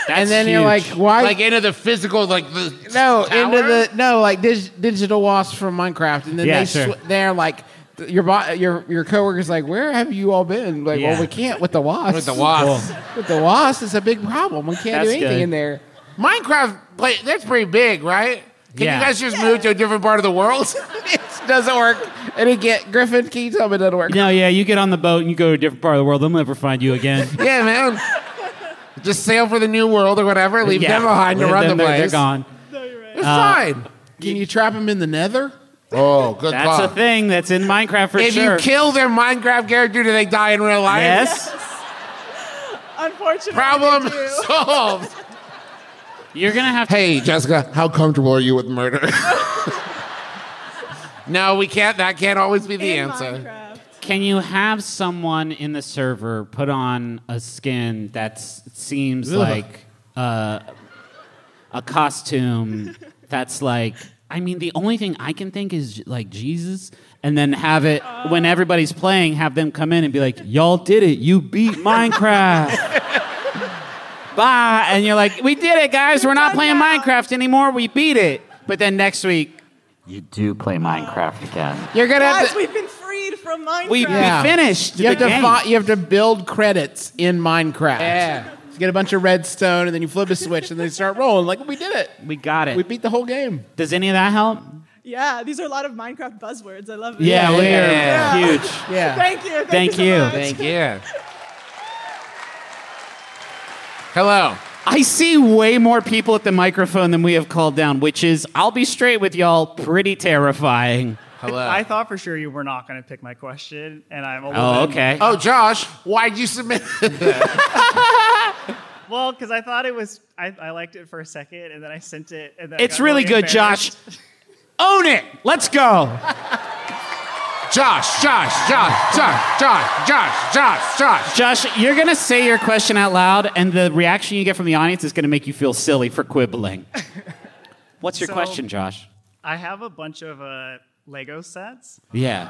[SPEAKER 2] and then you're like,
[SPEAKER 4] huge.
[SPEAKER 2] why?
[SPEAKER 4] Like into the physical, like the
[SPEAKER 2] No,
[SPEAKER 4] tower?
[SPEAKER 2] into the no, like dig, digital wasps from Minecraft, and then
[SPEAKER 3] Yeah,
[SPEAKER 2] they
[SPEAKER 3] sure.
[SPEAKER 2] sw- they're like th- your bo- your your coworkers like, where have you all been? Like,
[SPEAKER 3] Yeah.
[SPEAKER 2] well, we can't with the wasps.
[SPEAKER 4] With the wasps.
[SPEAKER 2] with the wasps, it's a big problem. We can't
[SPEAKER 3] That's
[SPEAKER 2] do anything
[SPEAKER 3] good.
[SPEAKER 2] in there.
[SPEAKER 4] Minecraft play. That's pretty big, right?
[SPEAKER 2] Can
[SPEAKER 18] Yeah.
[SPEAKER 2] you guys just move to a different part of the world? <laughs> it doesn't work. And again, Griffin, can you tell me it doesn't work?
[SPEAKER 3] No, yeah, you get on the boat and you go to a different part of the world. They'll never find you again.
[SPEAKER 2] Yeah, man. Just sail for the new world or whatever. Leave
[SPEAKER 3] Yeah.
[SPEAKER 2] them behind to
[SPEAKER 3] Leave
[SPEAKER 2] run
[SPEAKER 3] them
[SPEAKER 2] the
[SPEAKER 3] there,
[SPEAKER 2] place.
[SPEAKER 3] They're gone.
[SPEAKER 2] It's
[SPEAKER 3] Uh,
[SPEAKER 2] fine.
[SPEAKER 17] Can you trap him in the nether?
[SPEAKER 2] Oh, good
[SPEAKER 3] That's
[SPEAKER 2] God.
[SPEAKER 3] a thing that's in Minecraft for
[SPEAKER 2] if
[SPEAKER 3] sure.
[SPEAKER 2] you kill their Minecraft character, do they die in real life?
[SPEAKER 3] Yes.
[SPEAKER 5] Unfortunately,
[SPEAKER 2] Problem <laughs> solved.
[SPEAKER 3] You're gonna have. To-
[SPEAKER 2] hey, Jessica, how comfortable are you with
[SPEAKER 17] <laughs>
[SPEAKER 2] murder? no, we can't. That can't always be the answer.
[SPEAKER 3] Can you have someone in the server put on a skin that s- seems
[SPEAKER 2] Ugh.
[SPEAKER 3] like uh, a costume that's like, I mean, the only thing I can think is like Jesus, and then have it when everybody's playing, have them come in and be like, y'all did it, you
[SPEAKER 2] <laughs>
[SPEAKER 3] beat Minecraft. Bye. And you're like, we did it, guys. We're not playing Minecraft anymore. We beat it. But then next week,
[SPEAKER 19] You do play Minecraft again.
[SPEAKER 17] You're gonna have
[SPEAKER 5] Guys,
[SPEAKER 17] to-
[SPEAKER 5] we've been freed from Minecraft.
[SPEAKER 3] We- we finished
[SPEAKER 17] You have
[SPEAKER 3] the
[SPEAKER 17] to
[SPEAKER 3] game.
[SPEAKER 17] fi- you have to build credits in Minecraft.
[SPEAKER 3] Yeah.
[SPEAKER 17] You get a bunch of redstone, and then you flip a switch, and they start rolling. Like we did it.
[SPEAKER 3] we got it.
[SPEAKER 17] We beat the whole game.
[SPEAKER 3] Does any of that help?
[SPEAKER 5] yeah, these are a lot of Minecraft buzzwords. I love it.
[SPEAKER 3] Yeah, we are
[SPEAKER 2] Yeah.
[SPEAKER 3] huge.
[SPEAKER 17] Yeah.
[SPEAKER 5] Thank you. Thank,
[SPEAKER 3] Thank
[SPEAKER 5] you.
[SPEAKER 3] you.
[SPEAKER 5] So much.
[SPEAKER 2] Thank you.
[SPEAKER 3] <laughs>
[SPEAKER 2] Hello.
[SPEAKER 3] I see way more people at the microphone than we have called down, which is, I'll be straight with y'all, pretty terrifying.
[SPEAKER 20] I thought for sure you were not going to pick my question, and I'm a little.
[SPEAKER 3] Oh,
[SPEAKER 20] bit-
[SPEAKER 3] okay.
[SPEAKER 2] Oh, Josh, why'd you submit?
[SPEAKER 3] <laughs>
[SPEAKER 20] <laughs> Well, because I thought it was, I, I liked it for a second, and then I sent it. And then I
[SPEAKER 3] It's
[SPEAKER 20] got
[SPEAKER 3] really good,
[SPEAKER 20] embarrassed.
[SPEAKER 3] Josh. Own it. Let's go.
[SPEAKER 2] Josh, Josh, Josh, Josh, Josh, Josh, Josh, Josh.
[SPEAKER 3] Josh, you're going to say your question out loud, and the reaction you get from the audience is going to make you feel silly
[SPEAKER 5] <laughs>
[SPEAKER 3] for quibbling. What's your
[SPEAKER 20] So-
[SPEAKER 3] question, Josh?
[SPEAKER 20] I have a bunch of uh, Lego sets,
[SPEAKER 3] Yeah.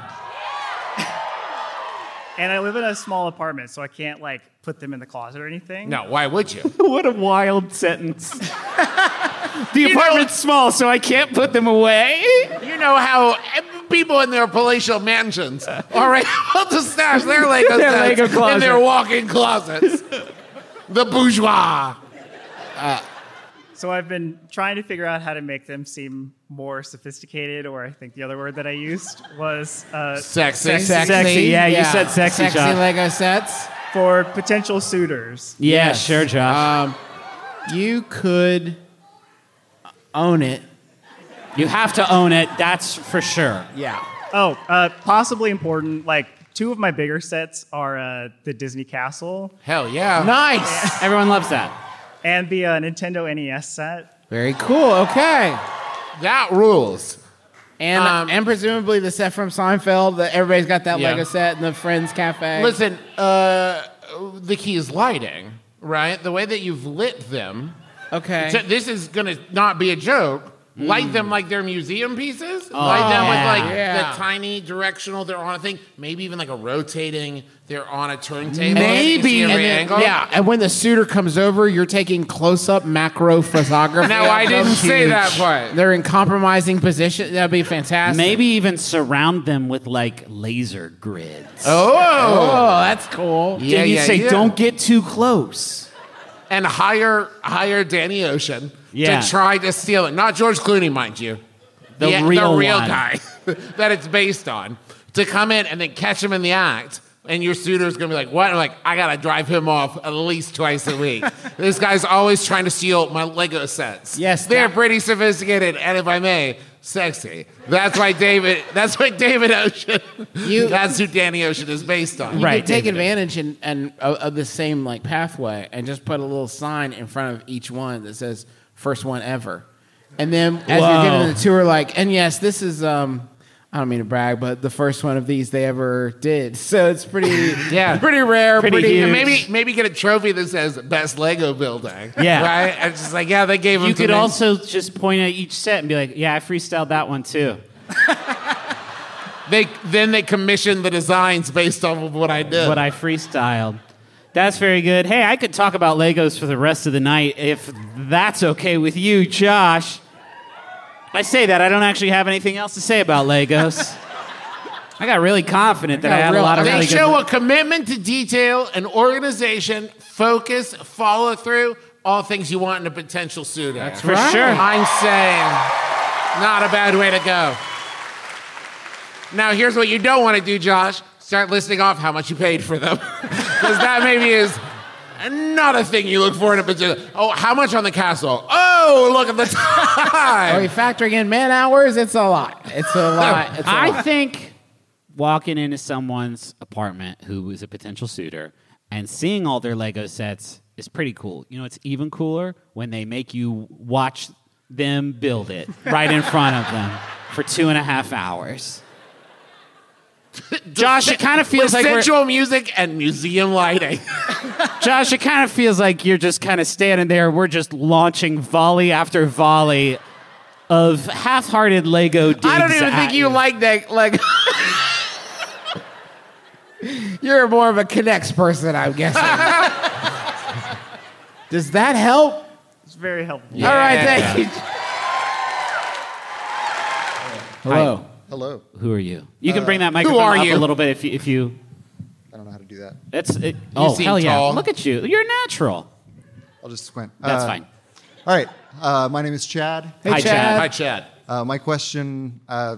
[SPEAKER 20] and I live in a small apartment, so I can't like put them in the closet or anything.
[SPEAKER 2] No, why would you?
[SPEAKER 3] <laughs> what a wild sentence. the apartment's small, so I can't put them away.
[SPEAKER 2] You know how people in their palatial mansions are able to stash their Lego
[SPEAKER 17] Their
[SPEAKER 2] sets
[SPEAKER 17] Lego
[SPEAKER 2] in their
[SPEAKER 17] closet.
[SPEAKER 2] walk-in closets. the bourgeois.
[SPEAKER 20] Uh, So I've been trying to figure out how to make them seem more sophisticated, or I think the other word that I used was uh,
[SPEAKER 2] Sexy.
[SPEAKER 3] Sexy. Sexy, yeah, you said sexy, Sexy Josh.
[SPEAKER 17] Lego sets
[SPEAKER 20] for potential suitors.
[SPEAKER 3] Yeah, sure, Josh.
[SPEAKER 17] Um, you could own it.
[SPEAKER 3] You have to own it, that's for sure.
[SPEAKER 17] Yeah.
[SPEAKER 20] Oh, uh, possibly important. Like two of my bigger sets are uh, the Disney Castle.
[SPEAKER 2] Hell yeah!
[SPEAKER 17] Nice.
[SPEAKER 3] Everyone loves that.
[SPEAKER 20] And the uh, Nintendo NES set.
[SPEAKER 17] Very cool. Okay.
[SPEAKER 2] That rules.
[SPEAKER 17] And and presumably the set from Seinfeld that everybody's got that
[SPEAKER 2] Yeah.
[SPEAKER 17] Lego set in the Friends Cafe.
[SPEAKER 2] Listen, uh, the key is lighting, right? The way that you've lit them.
[SPEAKER 17] Okay.
[SPEAKER 2] So this is gonna not be a joke. Light them like they're museum pieces.
[SPEAKER 17] Oh,
[SPEAKER 2] light them with like
[SPEAKER 17] yeah.
[SPEAKER 2] the tiny directional. They're on a thing. Maybe even like a rotating. They're on a turntable.
[SPEAKER 17] Maybe. And
[SPEAKER 2] And every
[SPEAKER 17] then-
[SPEAKER 2] angle.
[SPEAKER 17] yeah. And when the suitor comes over, you're taking close up macro photography.
[SPEAKER 2] No,
[SPEAKER 17] of
[SPEAKER 2] I
[SPEAKER 17] them.
[SPEAKER 2] didn't say that part.
[SPEAKER 17] They're in compromising position. That'd be fantastic.
[SPEAKER 3] Maybe even surround them with like laser grids.
[SPEAKER 17] Oh, that's cool.
[SPEAKER 3] Yeah, and you say, don't get too close.
[SPEAKER 2] And hire hire Danny Ocean
[SPEAKER 3] Yeah.
[SPEAKER 2] to try to steal it. Not George Clooney, mind you.
[SPEAKER 3] The
[SPEAKER 2] Yeah,
[SPEAKER 3] real
[SPEAKER 2] the real
[SPEAKER 3] one.
[SPEAKER 2] guy <laughs> that it's based on to come in and then catch him in the act. And your suitor's gonna be like, "What?" I'm like, "I gotta drive him off at least twice a
[SPEAKER 3] <laughs>
[SPEAKER 2] week. this guy's always trying to steal my Lego sets. Yes, they're pretty sophisticated, and if I may, sexy. That's why David. <laughs> That's why David Ocean.
[SPEAKER 17] You-
[SPEAKER 2] <laughs> that's who Danny Ocean is based on.
[SPEAKER 17] You could take advantage and, and of, of the same like pathway and just put a little sign in front of each one that says first one ever. And then as
[SPEAKER 3] Whoa.
[SPEAKER 17] you're giving the tour, like, and yes, this is um I don't mean to brag, but the first one of these they ever did. <laughs> So it's
[SPEAKER 3] <laughs>
[SPEAKER 17] pretty
[SPEAKER 2] <laughs> Yeah.
[SPEAKER 17] pretty rare, pretty,
[SPEAKER 2] And maybe maybe get a trophy that says best Lego building.
[SPEAKER 3] Yeah.
[SPEAKER 2] Right? And it's just like, yeah, they gave him
[SPEAKER 3] You
[SPEAKER 2] to
[SPEAKER 3] could
[SPEAKER 2] me.
[SPEAKER 3] also just point at each set and be like, yeah, I freestyled that one too.
[SPEAKER 2] <laughs> they then they commissioned the designs based off of what I did.
[SPEAKER 3] What I freestyled. That's very good. Hey, I could talk about Legos for the rest of the night if that's okay with you, Josh. I say that. I don't actually have anything else to say
[SPEAKER 2] <laughs>
[SPEAKER 3] about Legos. I got really confident that I, had a lot of
[SPEAKER 2] they
[SPEAKER 3] really
[SPEAKER 2] show
[SPEAKER 3] good.
[SPEAKER 2] a commitment to detail and organization, focus, follow through, all things you want in a potential suitor. That's
[SPEAKER 3] For right. sure.
[SPEAKER 2] I'm saying
[SPEAKER 4] Not a bad way to go. Now, here's what you don't want to do, Josh. Start listing off how much you paid for them. <laughs> Because that maybe is not a thing you look for in a particular. Oh, how much on the castle? Oh, look at the <laughs> time.
[SPEAKER 2] Are we factoring in man hours? It's a lot. It's a lot. It's a
[SPEAKER 3] I
[SPEAKER 2] lot.
[SPEAKER 3] think walking into someone's apartment who was a potential suitor and seeing all their Lego sets is pretty cool. You know, it's even cooler when they make you watch them
[SPEAKER 4] <laughs>
[SPEAKER 3] build it right in front of them for two and a
[SPEAKER 4] <laughs>
[SPEAKER 3] half hours. Josh, it kind of feels
[SPEAKER 4] With
[SPEAKER 3] like we're-
[SPEAKER 4] sensual music and museum lighting.
[SPEAKER 3] <laughs> Josh, it kind of feels like you're just kind of standing there. We're just launching volley after volley of half-hearted Lego. Digs
[SPEAKER 4] I don't even
[SPEAKER 3] at
[SPEAKER 4] think you,
[SPEAKER 3] you
[SPEAKER 4] like that. Like,
[SPEAKER 2] You're more of a connects person,
[SPEAKER 20] <laughs>
[SPEAKER 2] I'm guessing. Does that help?
[SPEAKER 20] It's very helpful.
[SPEAKER 2] All right, thank you.
[SPEAKER 3] Hello.
[SPEAKER 21] Hello.
[SPEAKER 3] Who are you? You can
[SPEAKER 21] Uh,
[SPEAKER 3] bring that
[SPEAKER 21] who
[SPEAKER 3] microphone
[SPEAKER 21] are
[SPEAKER 3] up
[SPEAKER 21] you?
[SPEAKER 3] a little bit if you. If you
[SPEAKER 21] I don't know how to do that.
[SPEAKER 3] that's it, oh
[SPEAKER 21] seem
[SPEAKER 3] hell yeah!
[SPEAKER 21] tall.
[SPEAKER 3] Look at you. You're natural.
[SPEAKER 21] I'll just squint.
[SPEAKER 3] That's
[SPEAKER 21] Uh,
[SPEAKER 3] fine.
[SPEAKER 21] All right. Uh, my name is Chad.
[SPEAKER 3] Hey, Hi, Chad. Chad. Hi,
[SPEAKER 4] Chad.
[SPEAKER 21] Uh, my question uh,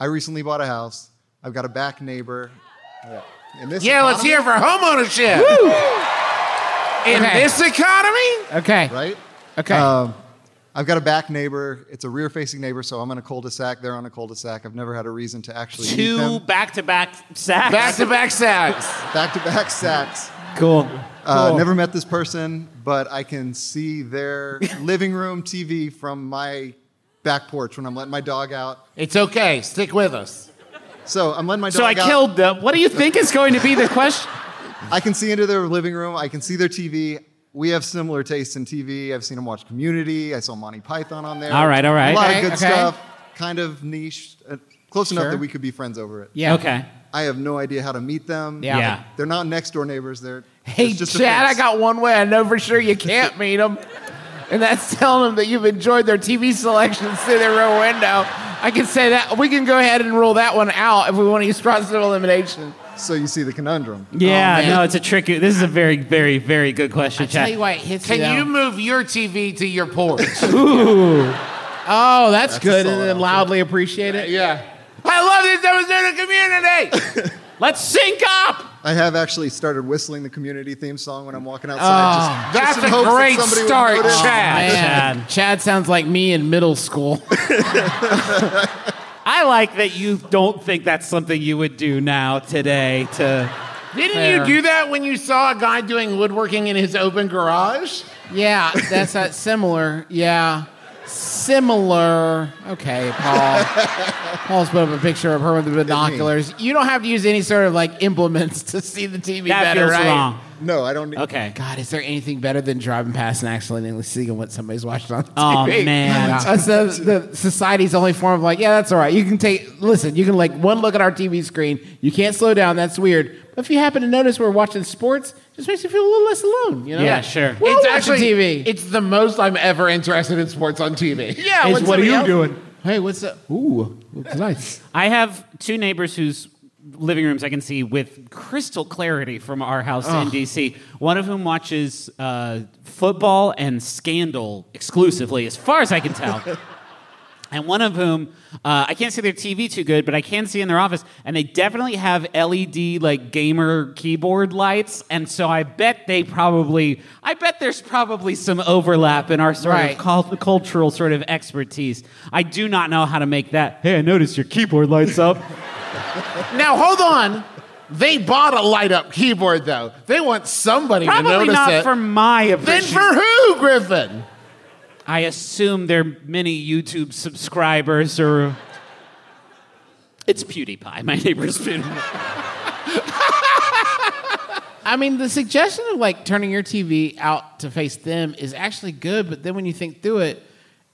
[SPEAKER 21] I recently bought a house. I've got a back neighbor. In this
[SPEAKER 4] yeah, let's
[SPEAKER 21] economy-
[SPEAKER 4] hear for homeownership. In
[SPEAKER 21] Okay.
[SPEAKER 4] this economy?
[SPEAKER 2] Okay.
[SPEAKER 21] Right?
[SPEAKER 2] Okay.
[SPEAKER 21] Um, I've got a back neighbor. It's a rear facing neighbor, so I'm on a cul de sac. They're on a cul de sac. I've never had a reason to actually meet
[SPEAKER 3] Two
[SPEAKER 21] them.
[SPEAKER 3] back-to-back sacks.
[SPEAKER 4] sacks.
[SPEAKER 21] Back to back sacks.
[SPEAKER 3] Cool.
[SPEAKER 21] Uh,
[SPEAKER 3] Cool.
[SPEAKER 21] Never met this person, but I can see
[SPEAKER 3] <laughs>
[SPEAKER 21] their living room TV from my back porch when I'm letting my dog out.
[SPEAKER 4] It's okay. Stick with us.
[SPEAKER 21] So I'm letting my dog
[SPEAKER 3] So I
[SPEAKER 21] out.
[SPEAKER 3] killed them. What do you think is going to be the question?
[SPEAKER 21] <laughs> I can see into their living room. I can see their TV. We have similar tastes in TV. I've seen them watch Community. I saw Monty Python on there.
[SPEAKER 3] All right, all right.
[SPEAKER 21] A lot
[SPEAKER 3] Okay,
[SPEAKER 21] of good
[SPEAKER 3] okay.
[SPEAKER 21] stuff. Kind of niche, uh, close enough
[SPEAKER 3] Sure.
[SPEAKER 21] that we could be friends over it.
[SPEAKER 3] Yeah. Okay.
[SPEAKER 21] I have no idea how to meet them.
[SPEAKER 3] Yeah. Yeah.
[SPEAKER 21] They're not next door neighbors. They're
[SPEAKER 2] Hey,
[SPEAKER 21] it's just a
[SPEAKER 2] Chad, I
[SPEAKER 21] fence.
[SPEAKER 2] got one way I know for sure you can't meet them. And that's telling them that you've enjoyed their TV selections <laughs> through their rear window. I can say that. We can go ahead and rule that one out if we want to use process of elimination.
[SPEAKER 21] So you see the conundrum.
[SPEAKER 3] Yeah,
[SPEAKER 4] man.
[SPEAKER 3] no, it's a tricky. This is a very, very, very good question, Chad.
[SPEAKER 4] what,
[SPEAKER 2] hits
[SPEAKER 4] Can
[SPEAKER 2] you down.
[SPEAKER 4] you move your TV to your porch?
[SPEAKER 2] <laughs> Ooh. Oh, that's,
[SPEAKER 4] That's a
[SPEAKER 2] good.
[SPEAKER 4] solid
[SPEAKER 2] And then loudly appreciate it.
[SPEAKER 4] Yeah. I love this demonstrator <laughs> community. Let's sync up.
[SPEAKER 21] I have actually started whistling the Community theme song when I'm walking
[SPEAKER 2] Oh,
[SPEAKER 21] outside. just, just in hopes that somebody would notice.
[SPEAKER 2] Chad. Oh, Chad sounds like me in middle school.
[SPEAKER 3] I like that you don't think that's something you would do now today. To
[SPEAKER 4] <laughs> Didn't
[SPEAKER 3] Fair.
[SPEAKER 4] you do that when you saw a guy doing woodworking in his open garage?
[SPEAKER 2] Yeah, that's that similar. Yeah. Similar. Okay,
[SPEAKER 4] <laughs>
[SPEAKER 2] Paul. Paul's put up a picture of her with the binoculars. You don't have to use any sort of like implements to see the TV better, right?
[SPEAKER 21] No, I don't. Need-
[SPEAKER 3] okay.
[SPEAKER 2] God, is there anything better than driving past and accidentally seeing what somebody's watching on TV? <laughs>
[SPEAKER 3] Oh, man.
[SPEAKER 2] That's the, the society's only form of like, yeah, that's all right. You can take, listen, you can like one look at our TV screen. You can't slow down. That's weird. But if you happen to notice we're watching sports, it just makes you feel a little less alone, you know? We're all
[SPEAKER 4] it's
[SPEAKER 2] watching
[SPEAKER 4] actually
[SPEAKER 2] TV.
[SPEAKER 4] It's the most I'm ever interested in sports on TV.
[SPEAKER 2] <laughs> Yeah, Is, when what are you somebody else- doing? Hey, what's up? Ooh, looks nice.
[SPEAKER 3] I have two neighbors whose living rooms I can see with crystal clarity from our house in
[SPEAKER 2] Ugh.
[SPEAKER 3] DC. One of whom watches uh, football and Scandal exclusively, as far as I can
[SPEAKER 2] <laughs>
[SPEAKER 3] tell. And one of whom, uh, I can't see their TV too good, but I can see in their office, and they definitely have LED like gamer keyboard lights, and so I bet they probably, I bet there's probably some overlap in our sort
[SPEAKER 2] Right.
[SPEAKER 3] of cul- cultural sort of expertise. I do not know how to make that. Hey, I noticed your keyboard lights up.
[SPEAKER 4] Now hold on. They bought a light up keyboard though. They want somebody to
[SPEAKER 3] probably
[SPEAKER 4] notice
[SPEAKER 3] not
[SPEAKER 4] it.
[SPEAKER 3] for my
[SPEAKER 4] then
[SPEAKER 3] appreciation.
[SPEAKER 4] for who, Griffin?
[SPEAKER 3] I assume there are many YouTube subscribers <laughs> or. It's PewDiePie. My neighbor's PewDiePie.
[SPEAKER 2] I mean, the suggestion of like turning your TV out to face them is actually good, but then when you think through it,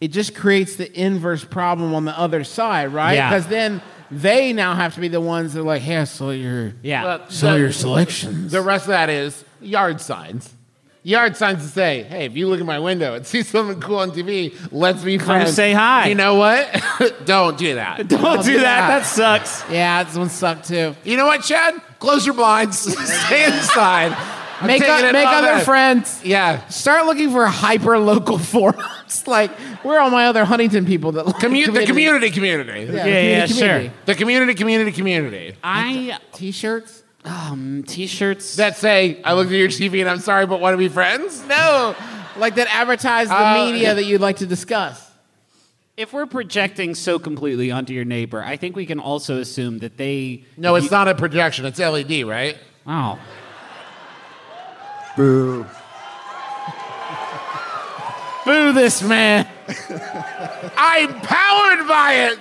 [SPEAKER 2] it just creates the inverse problem on the other side, right?
[SPEAKER 3] Yeah.
[SPEAKER 2] Because then they now have to be the ones that are like, hey, I saw your
[SPEAKER 3] Yeah.
[SPEAKER 2] saw your selection.
[SPEAKER 4] The rest of that is yard signs. Yard signs to say, hey, if you look at my window and <laughs> see something cool on TV, let's be
[SPEAKER 2] Come
[SPEAKER 4] friends.
[SPEAKER 2] say hi.
[SPEAKER 4] You know what? <laughs> <laughs> Don't do that.
[SPEAKER 2] <laughs> Don't do that. That
[SPEAKER 3] sucks.
[SPEAKER 2] Yeah, this one sucked too.
[SPEAKER 4] <laughs> You know what, Chad? Close your blinds. Stay inside.
[SPEAKER 2] make
[SPEAKER 4] taking
[SPEAKER 2] o-
[SPEAKER 4] it
[SPEAKER 2] make
[SPEAKER 4] all
[SPEAKER 2] other
[SPEAKER 4] back.
[SPEAKER 2] friends. Yeah. Start looking for hyper local <laughs> forums. like, where are all my other Huntington people that like
[SPEAKER 4] Commu- the community community.
[SPEAKER 2] Yeah, Yeah, yeah, community, sure. community.
[SPEAKER 4] The community community community.
[SPEAKER 3] I
[SPEAKER 2] t-shirts.
[SPEAKER 3] Um, t-shirts
[SPEAKER 4] that say I looked at your TV and I'm sorry, but want to be friends? <laughs>
[SPEAKER 2] No, like that advertise
[SPEAKER 4] Uh,
[SPEAKER 2] the
[SPEAKER 3] Oh,
[SPEAKER 2] media
[SPEAKER 3] yeah.
[SPEAKER 2] that you'd like to discuss.
[SPEAKER 3] If we're projecting so completely onto your neighbor, I think we can also assume that they.
[SPEAKER 4] No, it's not a projection. It's LED, right?
[SPEAKER 3] Wow.
[SPEAKER 21] Boo.
[SPEAKER 2] Boo this man.
[SPEAKER 4] I'm powered by it.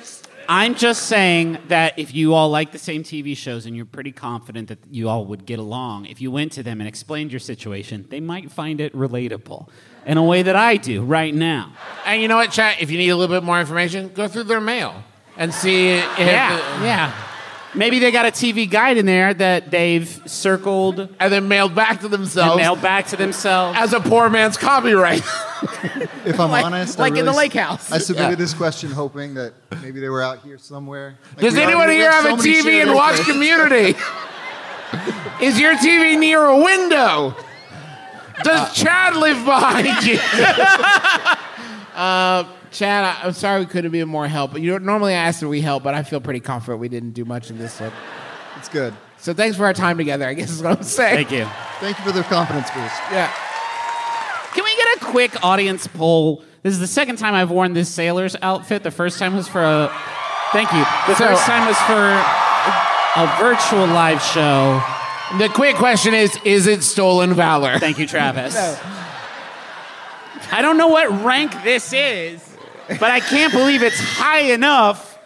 [SPEAKER 3] I'm just saying that if you all like the same TV shows and you're pretty confident that you all would get along, if you went to them and explained your situation, they might find it relatable in a way that I do right now.
[SPEAKER 4] And you know what, chat? If you need a little bit more information, go through their mail and see. If
[SPEAKER 3] Yeah, yeah. Maybe they got a TV guide in there that they've circled
[SPEAKER 4] and then mailed back to themselves.
[SPEAKER 3] And mailed back to themselves
[SPEAKER 4] as a poor man's copyright.
[SPEAKER 21] If
[SPEAKER 2] Oh,
[SPEAKER 21] I'm
[SPEAKER 4] Like-
[SPEAKER 21] honest,
[SPEAKER 4] like
[SPEAKER 21] I
[SPEAKER 4] in
[SPEAKER 21] really
[SPEAKER 4] the
[SPEAKER 21] s-
[SPEAKER 4] lake house.
[SPEAKER 21] I submitted
[SPEAKER 4] Yeah.
[SPEAKER 21] this question hoping that maybe they were out here somewhere. Like,
[SPEAKER 4] Does
[SPEAKER 21] we already
[SPEAKER 4] anyone here
[SPEAKER 21] read
[SPEAKER 4] have
[SPEAKER 21] so
[SPEAKER 4] a
[SPEAKER 21] many
[SPEAKER 4] TV and
[SPEAKER 21] shares.
[SPEAKER 4] watch
[SPEAKER 2] <laughs>
[SPEAKER 4] Community? Is your TV near a window? Does Chad live behind you?
[SPEAKER 2] <laughs> Uh, Chad, I, I'm sorry we couldn't be of more help. But you know, normally I ask if we help, but I feel pretty confident we didn't do much in this one.
[SPEAKER 21] It's good.
[SPEAKER 2] So thanks for our time together. I guess is what I'm saying.
[SPEAKER 3] Thank you.
[SPEAKER 21] Thank you for the confidence boost.
[SPEAKER 2] Yeah.
[SPEAKER 3] Can we get a quick audience poll? This is the second time I've worn this sailor's outfit. The first time was for a. Thank you. The
[SPEAKER 4] So-
[SPEAKER 3] first time was for a virtual live show.
[SPEAKER 4] The quick question is Is it stolen valor?
[SPEAKER 3] Thank you, Travis. I don't know what rank this is, but I can't believe it's high enough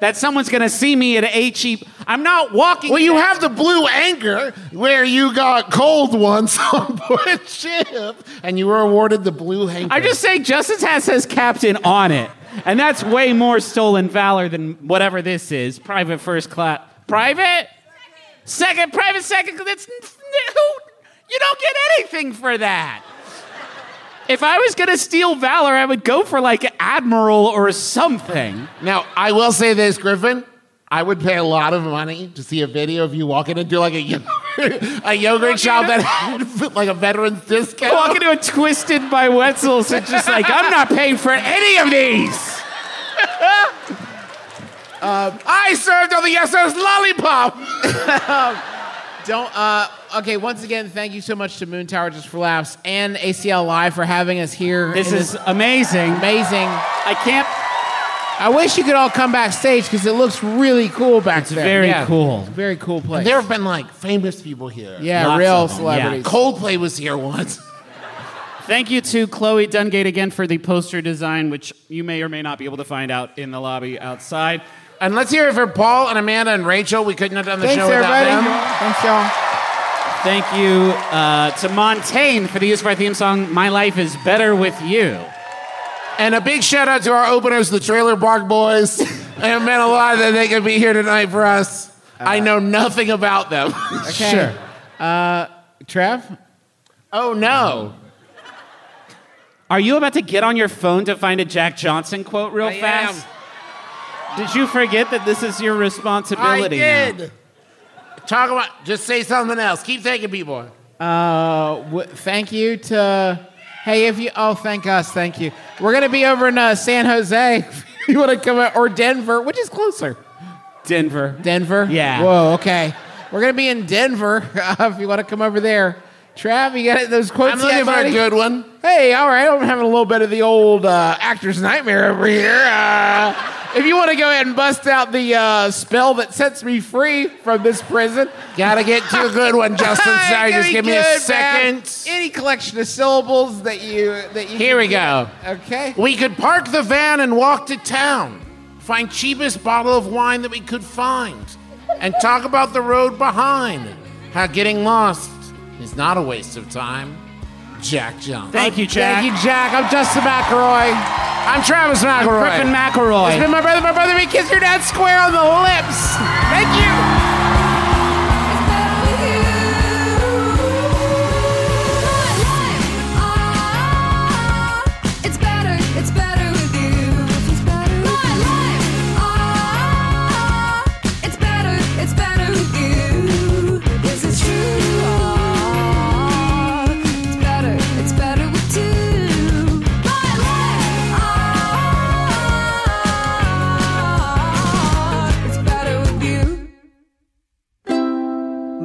[SPEAKER 3] that someone's going to see me at a cheap. I'm not walking.
[SPEAKER 4] Well, you have the blue anchor where you got cold once <laughs> on board ship, and you were awarded the blue anchor.
[SPEAKER 3] I'm just saying, Justin's hat says captain on it. And that's way more stolen valor than whatever this is. Private first class. Private? Second, private second, because it's. Who, you don't get anything for that. If I was going to steal valor, I would go for like admiral or something.
[SPEAKER 4] Now, I will say this, Griffin. I would pay a lot of money to see a video of you walking into like a yogurt, <laughs> a yogurt shop that had like a veteran's discount.
[SPEAKER 3] Walk into a twisted by Wetzel's and just like, I'm not paying for any
[SPEAKER 4] <laughs>
[SPEAKER 3] of these.
[SPEAKER 2] Um,
[SPEAKER 4] Uh, I served on the SS Lollipop.
[SPEAKER 2] <laughs> Don't. Uh, okay. Once again, thank you so much to Moon Tower just for laughs and ACL Live for having us here.
[SPEAKER 3] This
[SPEAKER 2] in
[SPEAKER 3] is amazing.
[SPEAKER 2] Amazing.
[SPEAKER 3] I can't.
[SPEAKER 2] I wish you could all come backstage because it looks really cool back there.
[SPEAKER 3] very
[SPEAKER 2] Yeah.
[SPEAKER 3] cool.
[SPEAKER 2] It's a very cool place.
[SPEAKER 4] And there have been like famous people here.
[SPEAKER 2] Yeah, Lots real of them, yeah. celebrities.
[SPEAKER 4] Coldplay was here once.
[SPEAKER 3] <laughs> Thank you to Chloe Dungate again for the poster design, which you may or may not be able to find out in the lobby outside.
[SPEAKER 4] And let's hear it for Paul and Amanda and Rachel. We couldn't have done the
[SPEAKER 2] Thanks,
[SPEAKER 4] show without
[SPEAKER 2] everybody.
[SPEAKER 4] them.
[SPEAKER 2] Thanks, y'all.
[SPEAKER 3] Thank you uh, to Montaigne for the use of our theme song, My Life is Better With You.
[SPEAKER 4] And a big shout out to our openers, the Trailer Park Boys. it meant a lot that they could be here tonight for us. I know nothing about them.
[SPEAKER 2] Okay. Uh, Trav.
[SPEAKER 4] Oh no.
[SPEAKER 3] Are you about to get on your phone to find a Jack Johnson quote real
[SPEAKER 4] I
[SPEAKER 3] fast? Did you forget that this is your
[SPEAKER 4] I
[SPEAKER 3] responsibility? now?
[SPEAKER 4] did. Talk about. Just say something else. Keep thanking people.
[SPEAKER 2] Uh, w- thank you to. Hey, if you. Oh, thank us. Thank you. We're gonna be over in uh, San Jose. <laughs> you want to come out or Denver? Which is closer?
[SPEAKER 3] Denver.
[SPEAKER 2] Denver.
[SPEAKER 3] Yeah.
[SPEAKER 2] Whoa. Okay. We're gonna be in Denver. <laughs> Uh, if you want to come over there, Trav, you got those quotes.
[SPEAKER 4] I'm looking
[SPEAKER 2] yet,
[SPEAKER 4] for a
[SPEAKER 2] buddy?
[SPEAKER 4] good one.
[SPEAKER 2] Hey, all right. I'm having a little bit of the old uh, actor's nightmare over here. Uh, if you want to go ahead and bust out the uh, spell that sets me free from this prison,
[SPEAKER 4] Gotta get to a good
[SPEAKER 2] <laughs>
[SPEAKER 4] one, Justin.
[SPEAKER 2] Hey,
[SPEAKER 4] Sorry, just
[SPEAKER 2] be
[SPEAKER 4] give me a
[SPEAKER 2] good,
[SPEAKER 4] second.
[SPEAKER 2] man. Any collection of syllables that you that you
[SPEAKER 4] Here
[SPEAKER 2] can
[SPEAKER 4] we go.
[SPEAKER 2] get. Okay.
[SPEAKER 4] We could park the van and walk to town, find cheapest bottle of wine that we could find, and talk about the road behind. How getting lost is not a waste of time. Jack Johnson.
[SPEAKER 3] Thank you, Jack.
[SPEAKER 2] Thank you, Jack. I'm Justin McElroy.
[SPEAKER 4] I'm Travis McElroy.
[SPEAKER 3] Griffin McElroy.
[SPEAKER 2] It's been my brother, my brother. We kiss your dad square on the lips. Thank you.
[SPEAKER 16] It's better, it's better with you. It's better with my life. Ah, it's better, it's better with you. Is it true? Ah,